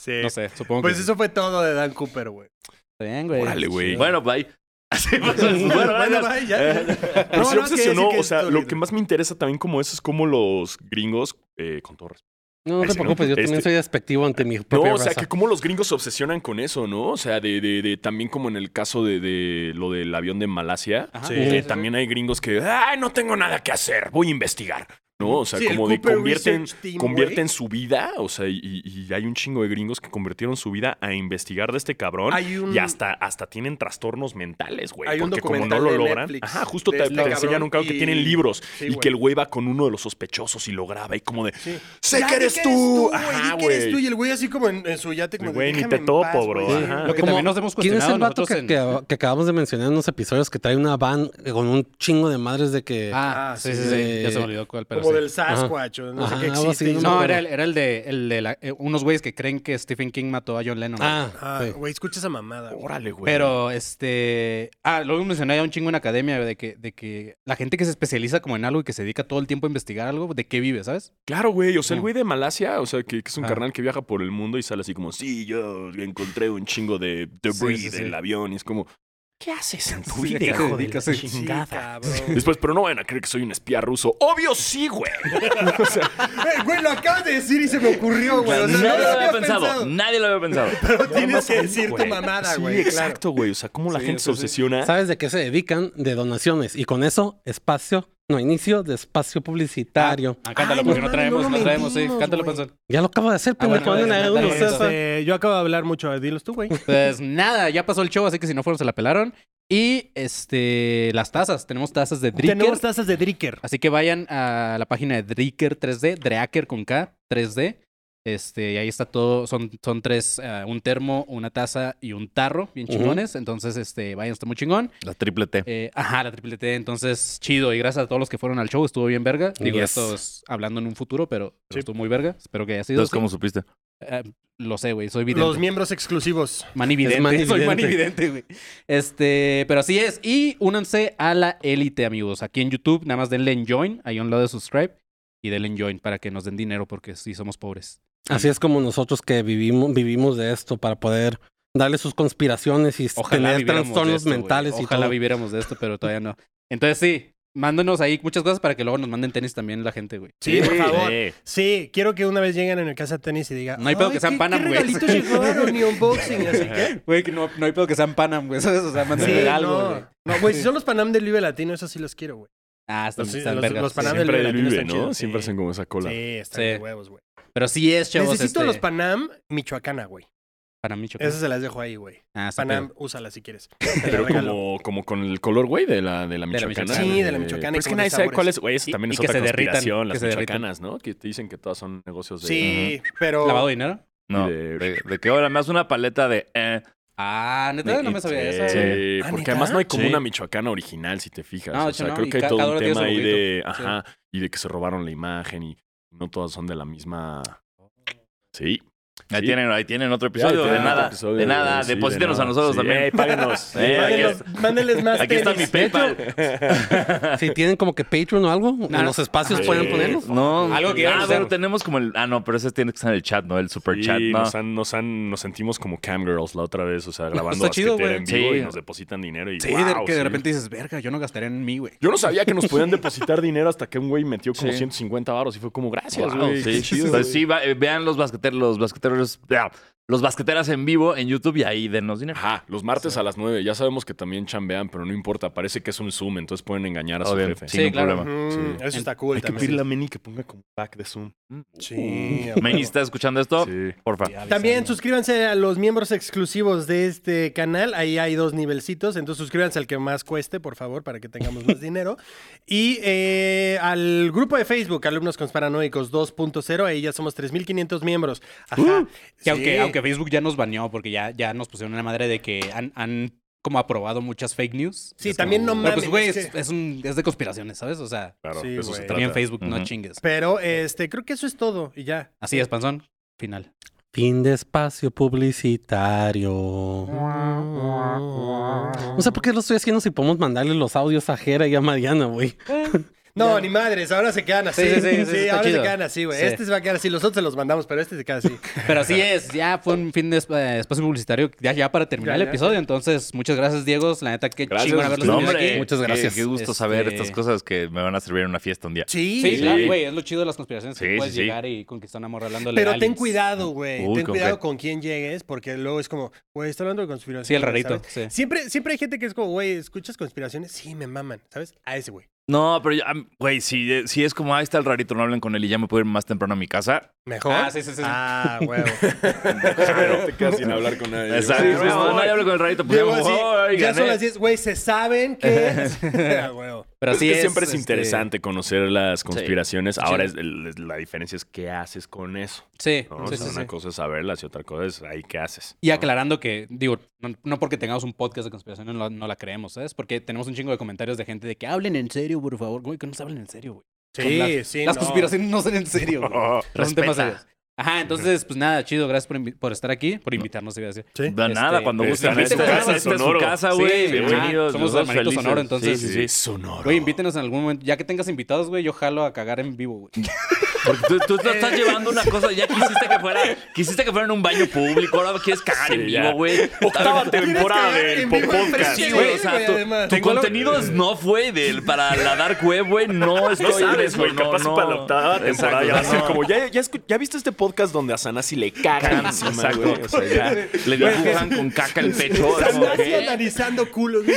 Sí.
No sé, supongo
Pues
que...
eso fue todo de Dan Cooper, güey.
Está bien, güey.
Órale, güey.
Bueno, bye. Así pasa. Bueno,
Bueno,
gracias.
bye, ya.
Pero
no, es
sí
que
Eh, pues obsesionó,
sí que
o sea,
esto-
lo que más me interesa también como eso es como los gringos, eh, con todo respeto.
No, no te
Ese, ¿no?
preocupes, yo también
Este-
soy despectivo ante mi
No,
propia
o sea,
raza.
que como los gringos se obsesionan con eso, ¿no? O sea, de, de, de- también como en el caso de, de lo del avión de Malasia,
Ajá.
Sí.
eh,
Sí, sí,
también hay gringos que, ay, no tengo nada que hacer, voy a investigar, ¿no? O sea,
Sí, el
como de
Cooper
convierten,
Research Team,
convierten
güey.
su vida, o sea, y, y hay un chingo de gringos que convirtieron su vida a investigar de este cabrón
Hay un-
y hasta, hasta tienen trastornos mentales, güey,
Hay un
porque como no
documental
lo
de
logran,
Netflix
ajá, justo
de
te,
este
te
cabrón
enseñan un cabrón que
y-
tienen libros
Sí,
y
güey.
que el güey va con uno de los sospechosos y lo graba y como de, sé
Ya,
que
di
eres tú,
güey, di
ajá,
que eres
güey.
tú. Y el güey así como en, en su yate, como de,
Güey, ni
"Déjame
te
en
topo,
paz,
bro,
güey". Sí,
ajá.
güey.
Lo que
Como,
también nos hemos
Ah, ¿Quién
cuestionado
es el vato
nosotros
que,
en-
que- que acabamos de mencionar en unos episodios que trae una van con un chingo de madres de que...
Ah,
Ah,
sí, sí, sí.
sí, sí.
Ya se me olvidó cuál, pero
Como
sí.
del Sasquatch, o no sé
Ajá,
qué
algo así,
existe.
no me
No,
acuerdo.
era el, era el de, el de la- eh, unos güeyes que creen que Stephen King mató a John Lennon. güey.
Ah,
Ah,
sí.
güey, escucha esa mamada. güey.
Órale, güey.
Pero, este... Ah, luego mencioné ya un chingo en academia güey, de que, de que la gente que se especializa como en algo y que se dedica todo el tiempo a investigar algo, ¿de qué vive, sabes?
Claro, güey. O sea, el
Mm.
güey de Malasia, o sea, que, que es un
Ah.
carnal que viaja por el mundo y sale así como, sí, yo encontré un chingo de debris
Sí, sí, sí.
en el avión. Y es como, ¿qué haces en tu
Sí,
vida,
¿a qué
hijo
te
de la
dedicas? Sí,
chingada?
cabrón.
Después, pero no vayan a creer que soy un espía ruso. Obvio sí, güey. O sea,
Eh, Güey, lo acabas de decir y se me ocurrió, güey. O sea, no
Nadie lo había
pensado.
pensado. Nadie lo había pensado.
Pero tienes que
no,
decir tu
güey.
mamada,
sí,
güey. claro.
exacto, güey. O sea, cómo la
Sí,
gente
sí,
se
sí.
obsesiona.
¿Sabes de qué se dedican? De donaciones. Y con eso, espacio, no, inicio de espacio publicitario.
Ah, cántalo,
Ay,
porque
no
no
mames,
traemos,
no
no,
lo
traemos, sí.
mentimos,
Cántalo,
güey.
Panzón.
Ya lo acabo de hacer,
Ah,
pendejo.
bueno,
anden a
dale,
uno,
dale,
ustedes
dale.
saben.
Este, yo acabo de hablar mucho, a ver, dilos tú, güey.
Pues nada, ya pasó el show, así que si no fueron se la pelaron. Y, este... Las tazas. Tenemos tazas de Dricker.
Tenemos tazas de Dricker.
Así que vayan a la página de Dricker 3D, Dreaker con K, 3D. Este, y ahí está todo, son, son tres, ah, un termo, una taza y un tarro, bien
Ujú.
chingones. Entonces, este, vayan, está muy chingón.
La triple T.
Eh, ajá, la triple T, entonces, chido. Y gracias a todos los que fueron al show, estuvo bien verga. Digo,
Yes.
esto es hablando en un futuro, pero, pero estuvo muy verga. Espero que haya sido
Entonces,
así.
¿cómo supiste?
Eh, lo sé, güey, soy vidente.
Los miembros exclusivos.
Manividente.
Es manividente.
Soy manividente, güey. Este, pero así es. Y únanse a la élite, amigos. Aquí en YouTube, nada más denle en join, ahí a un lado de subscribe, y denle en join para que nos den dinero, porque sí somos pobres.
Así es como nosotros que vivimos, vivimos de esto para poder darle sus conspiraciones y
Ojalá
tener
viviéramos de
trastornos
esto, güey.
mentales y
Ojalá
todo.
viviéramos de esto, pero todavía no. Entonces sí, Mándanos ahí muchas cosas para que luego nos manden tenis también la gente, güey.
Sí, por favor.
Sí.
Sí, quiero que una vez lleguen en el casa tenis y digan.
No hay pedo
"Ay,
que sean
qué-
Panam,
qué
güey".
regalitos llegaron y unboxing, así que.
Güey, que no, no hay pedo que sean Panam, güey. ¿sabes? O sea, mándenle
Sí,
algo,
no.
güey.
No, güey, si son los Panam del Vive Latino, esos sí los quiero, güey.
Ah, están,
Los-
están
los-
vergas.
los Panam del
Siempre
Vive
el
Latino
vive,
están
¿no?
chidos,
Siempre
sí.
hacen como esa cola.
Sí, están
Sí.
de huevos, güey.
Pero sí es, chavos.
Necesito
este,
los Panam Michoacana, güey.
Panam Michoacán.
Esas se las dejo ahí, güey.
Ah, está
Panam,
pedo.
úsala si quieres.
Pero como, como con el color, güey, de la, de la michoacana.
michoacana.
Sí, de la michoacana y
Pero es que
como
nadie
de
sabe
sabores.
cuál es, güey, eso
Y-
también
y
es
que
otra
se derritan,
conspiración,
que
las
se derritan.
michoacanas, ¿no? Que te dicen que todas son negocios de...
Sí, pero.
¿Lavado de dinero?
No,
de-
de, de que ahora me hace una paleta de... eh,
Ah, neta, no me sabía
Sí,
eso.
Sí,
güey.
¿Ah,
Eh, porque
neta?
además no hay como
Sí.
una michoacana original, si te fijas.
No,
o sea,
no,
creo
y
que hay
ca-
todo
cada
un
uno tiene su
tema ahí de...
juguito. Sí.
Ajá, y de que se robaron la imagen y no todas son de la misma... Sí.
Ahí
Sí.
tienen, ahí tienen otro episodios
Ya,
de
ya,
nada,
episodio
de nada,
sí, de
deposítenos
nada.
a nosotros
Sí,
también.
ey, páguenos.
Eh, aquí,
Mándenles- Mándenles más.
aquí está mi
tenis.
PayPal.
Si tienen como que Patreon o algo, en los espacios
Ah,
pueden
sí.
ponerlos.
No,
Algo que
ah,
ya no
pero
sé.
tenemos como el. Ah, no, pero ese tiene que estar en el chat, ¿no? El super
Sí,
chat, ¿no?
nos, han, nos, han, nos sentimos como cam girls la otra vez, o sea, grabando
Está chido,
basquetera
güey.
en vivo
Sí.
y nos depositan dinero y
Sí, de-
wow,
que
sí.
de repente dices, verga, yo no gastaré en mí, güey.
Yo no sabía que nos podían depositar dinero hasta que un güey metió como
Sí.
150 varos y fue como, gracias,
Wow,
güey.
sí, Pues sí, va- eh, vean los basqueteros, los basqueteros, ah, los basqueteras en vivo en YouTube y ahí denos dinero.
Ajá, los martes a las 9. Ya sabemos que también chambean, pero no importa. Parece que es un Zoom, entonces pueden engañar a su
Obvio,
jefe.
sin ningún
claro.
problema.
Mm, Eso está cool
Hay que
también.
pedirle a Meni que ponga como back de Zoom.
Sí.
Meni, ¿estás escuchando esto?
Sí.
Porfa.
También suscríbanse a los miembros exclusivos de este canal. Ahí hay dos nivelcitos. Entonces suscríbanse al que más cueste, por favor, para que tengamos más dinero. Y eh, al grupo de Facebook, Alumnos Conspiranoicos 2.0. Ahí ya somos 3.500 miembros. Ajá.
Que
Sí.
aunque, Uh, aunque Facebook ya nos baneó porque ya, ya nos pusieron una madre de que han, han como aprobado muchas fake news.
Sí,
Es
también
como-
no
Pero
mames,
pues, güey,
es
es,
que-
es un, es de conspiraciones, ¿sabes? O sea,
Claro,
Sí,
de eso
güey.
se trata.
también Facebook no
Ujú.
chingues.
Pero este, creo que eso es todo. Y ya.
Así es, panzón. Final.
Fin de espacio publicitario. No sé por qué lo estoy haciendo si podemos mandarle los audios a Jera y a Mariana, güey.
No, ni madres, ahora se quedan así.
Sí, sí, sí, sí, está
ahora se
chido.
quedan así, güey.
Sí.
Este se va a quedar así, los otros se los mandamos, pero este se queda así.
Pero así es, ya fue un fin de esp- eh, espacio publicitario ya, ya para terminar
Ya,
el
ya.
episodio. Entonces, muchas gracias, Diego. La neta, qué
Gracias,
chingón haberlos
no,
tenido
hombre.
aquí.
Muchas gracias. Qué, gusto saber
Este-
estas cosas que me van a servir en una fiesta un día.
Sí,
Sí,
sí.
claro, güey, es lo chido de las conspiraciones
Sí,
que puedes
sí, sí.
llegar y conquistar un amor hablándole a
Pero ten
aliens.
cuidado, güey.
Uy,
Ten
¿con
cuidado
qué?
con quién llegues, porque luego es como, güey, está hablando de conspiraciones.
Sí, el rarito. sí.
Siempre, siempre hay gente que es como, güey, ¿escuchas conspiraciones? Sí, me maman, ¿sabes? A ese güey.
No, pero, yo- ah, güey, si, eh, si es como, ahí está el rarito, no hablen con él y ya me puedo ir más temprano a mi casa.
¿Mejor?
Ah, sí, sí, sí, sí.
Ah, güey.
Pero te quedas sin hablar con nadie.
Exacto.
Sí,
No,
sí,
no, ya hablo con el rarito, pues
Llego
ya, me
así,
voy,
ya
gané.
son las 10, güey, se saben que... Ah, güey.
Pero así
que
es.
siempre es
este,
interesante conocer las conspiraciones. Ahora
Sí.
es, el- la diferencia es qué haces con eso.
Sí,
¿no? O
sí,
sea,
sí,
una
sí.
cosa es saberlas y otra cosa es ahí qué haces.
Y aclarando que, digo, no, no porque tengamos un podcast de conspiraciones no, no la creemos, ¿sabes? Porque tenemos un chingo de comentarios de gente de que hablen en serio, por favor. Güey, que no se hablen en serio, güey.
Sí,
Las-
sí,
Las
no.
conspiraciones no son en serio, güey. No son
Respeta.
temas serios. Ajá, entonces, pues nada, chido. Gracias por, invi- por estar aquí, por invitarnos, iba a decir.
Sí.
De nada,
Este,
cuando
pues,
gusten.
están en
Esta
tu
es
casa,
esta es su
sonoro.
casa, güey.
Sí,
Bienvenidos.
ajá, somos
los dos
hermanitos
felices.
sonoro, entonces.
Sí, sí, sí.
sonoro.
Güey, invítenos en algún momento. Ya que tengas invitados, güey, yo jalo a cagar en vivo, güey.
Porque tú, tú te estás llevando una cosa, ya quisiste que fuera, quisiste que fuera en un baño público, ahora quieres cagar en
Sí,
vivo,
ya.
güey.
Octava temporada
Tienes que
del
en vivo
podcast.
enfrente
Sí,
de
güey,
él,
o sea,
güey,
tú-
además.
Tu contenido es no, güey, del- para la dark web, güey, no estoy
No sabes,
eso,
güey,
no,
capaz
no.
para la octava temporada
Exacto,
ya va a ser
no.
como, ya, ya, escu- ya viste este podcast donde a Sanasi le cagan encima,
Exacto.
güey? O sea, ya.
Le dibujan con caca el pecho.
Estás
como,
más
¿qué?
analizando culos.
¡Wow!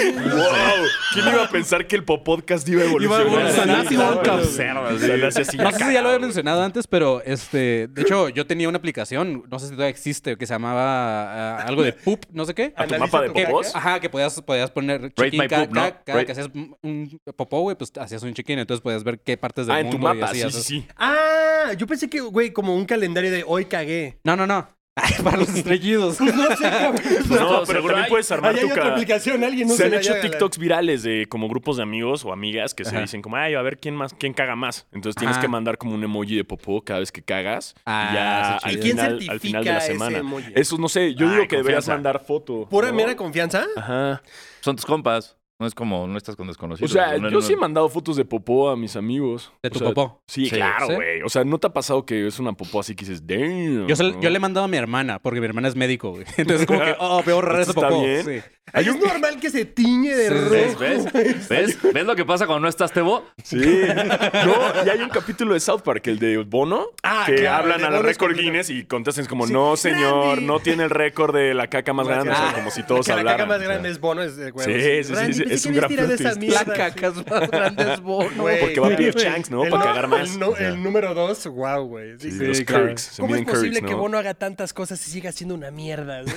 ¿Quién iba a pensar que el podcast iba a evolucionar?
Iba a evolucionar,
Sanasi,
sí,
¿no?
claro.
Cerdo, sí. Sanasi así.
No sé si ya lo
cagado,
había
güey.
mencionado antes, pero este, de hecho, yo tenía una aplicación, no sé si todavía existe, que se llamaba ah, algo de poop, no sé qué.
¿A tu mapa de
Que-
popos?
ajá, que podías, podías poner
Rate
check-in
my
cada,
poop, ¿no?
cada- cada
Rate-
que hacías un- un popó, güey, pues hacías un check-in, entonces podías ver qué partes del
Ah, en
mundo
tu
y
mapa, sí,
así,
sí,
haces-
sí.
Ah, yo pensé que, güey, como un calendario de hoy cagué.
No, no, no. Ay, para los estrellidos.
No sé, cabrón.
No,
No,
pero
o sea, pero
también
hay-
puedes armar
Ahí hay
tu
otra
ca-
aplicación, alguien no
se han
la
hecho
haya-
TikToks virales de como grupos de amigos o amigas que se
Ajá.
dicen como, ay, a ver quién más, quién caga más. Entonces tienes
Ajá.
que mandar como un emoji de popó cada vez que cagas. y
Ah, está
ya al
chido.
final, al final de la
certifica ese
semana.
emoji?
Eso no sé, yo
Ay,
digo que deberías
confianza.
mandar foto.
¿Pura
¿no?
mera confianza?
Ajá.
Son tus compas. No es como, no estás
O
con desconocidos.
sea,
No,
yo
no,
sí he
no.
mandado fotos de popó a mis amigos.
De
O
tu
sea,
popó.
Sí,
Sí,
claro,
¿sí?
güey. O sea, ¿no te ha pasado que es una popó así que dices, damn?
Yo, se-
¿no?
yo le he mandado a mi hermana, porque mi hermana es médico, güey. Entonces, como que, oh, veo raro
¿Esto
ese
está
popó.
bien?
Sí.
Ay, es normal que se tiñe de
Sí, sí,
rojo.
¿Ves? ¿Ves? ¿Ves? ¿Ves lo que pasa cuando no estás, Tebo?
Sí. No, y hay un capítulo de South Park, el de Bono,
Ah,
que
claro, el
hablan
de
al
Bono es
récord
como-
Guinness y contestan como,
Sí,
no, señor,
Randy.
no tiene el récord de la caca más grande. O sea, como si todos
que la caca
hablaran.
más grande es bono. Es, de huevos.
Sí, sí, sí,
Randy,
sí,
pensé
es
que habías
un gran
tirado
plot
esa
twist.
mierda.
La caca es más grande, es bono.
Güey.
Porque va a P.F. Chang's, ¿no?
El
Para
nu-
cagar más.
El, nu- el número dos, wow, güey.
Sí,
Sí,
los
sí, claro.
Kirks, se
¿Cómo es
miden Kirks,
posible que
¿no?
Bono haga tantas cosas y siga siendo una mierda? güey?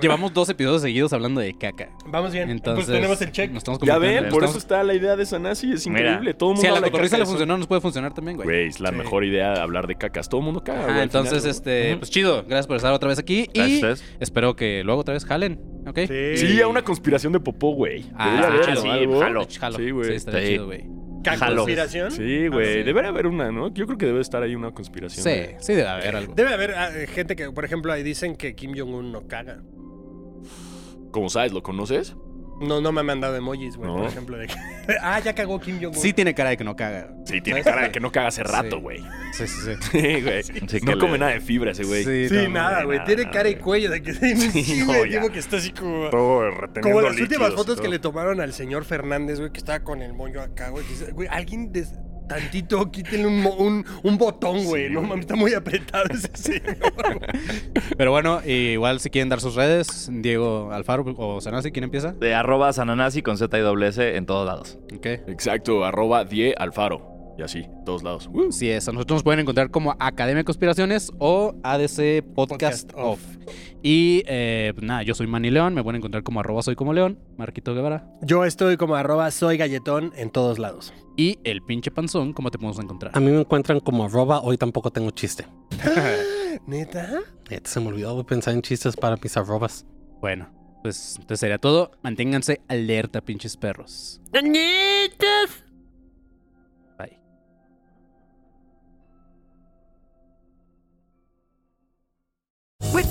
Llevamos dos episodios seguidos hablando de caca.
Vamos bien.
Entonces,
pues tenemos el check.
nos estamos
Ya
convirtiendo
ven,
en-
por eso
estamos-
está la idea de Sanasi, es
Mira,
increíble. Todo el mundo
Si a la
habla de
cotorriza
caca,
le
eso-
funcionó, nos puede funcionar también, güey.
Güey, es la mejor idea de hablar de cacas. Todo el mundo caga.
Ajá,
güey, al
entonces,
final,
este, pues chido. Gracias por estar otra vez aquí. Y
Gracias.
espero que luego otra vez jalen, ¿ok?
güey.
Sí.
Sí, a una conspiración de popó, güey.
Ah,
Debería
está
haber,
chido.
¿no?
Sí,
Algo.
jalo.
Jalo.
Sí, güey.
Sí, estaría
Sí.
chido, güey.
¿Caca
Jalo.
conspiración?
Sí, güey.
sí.
Debería haber una, ¿no? Yo creo que debe estar ahí una conspiración.
Sí,
de-
sí debe haber algo.
Debe haber ah, eh, gente que, por ejemplo, ahí dicen que Kim Jong-un no caga.
Como sabes, ¿lo conoces?
No, no me han mandado emojis, güey,
No.
por ejemplo. De que, ah, ya cagó Kim Jong-un.
Sí tiene cara de que no caga.
Sí, tiene cara de que no caga hace rato,
Sí.
güey.
Sí, sí, sí.
Sí, güey.
Sí,
no
que
come
le-
nada de fibra ese güey.
Sí,
Sí,
no,
nada, güey.
nada,
Tiene
nada,
cara y
güey.
cuello de que sí,
Sí, no,
güey,
ya.
digo que está así como...
Todo reteniendo
Como las
líquidos
últimas
y
fotos que
todo.
le tomaron al señor Fernández, güey, que estaba con el moño acá, güey. que dice, Güey, alguien des- tantito, quítenle un, mo- un, un botón, güey. no mames, está muy apretado ese señor. güey.
Pero bueno, igual si quieren dar sus redes, Diego Alfaro o Sanasi, ¿quién empieza?
De arroba sananasi con Z y doble S en todos lados.
Ok.
Exacto, arroba die alfaro. Y así, todos lados. Uh.
Así es, a nosotros nos pueden encontrar como Academia de Conspiraciones o ADC Podcast,
Podcast
Off.
Off.
Y eh, pues nada, yo soy Manny León, me pueden encontrar como arroba soy como León, Marquito Guevara.
Yo estoy como arroba soy galletón en todos lados.
Y el pinche panzón, ¿cómo te podemos encontrar?
A mí me encuentran como arroba, hoy tampoco tengo chiste.
¿Neta?
Eh, se me olvidó güey, pensar en chistes para mis arrobas.
Bueno, pues entonces sería todo. Manténganse alerta, pinches perros. Bye.
With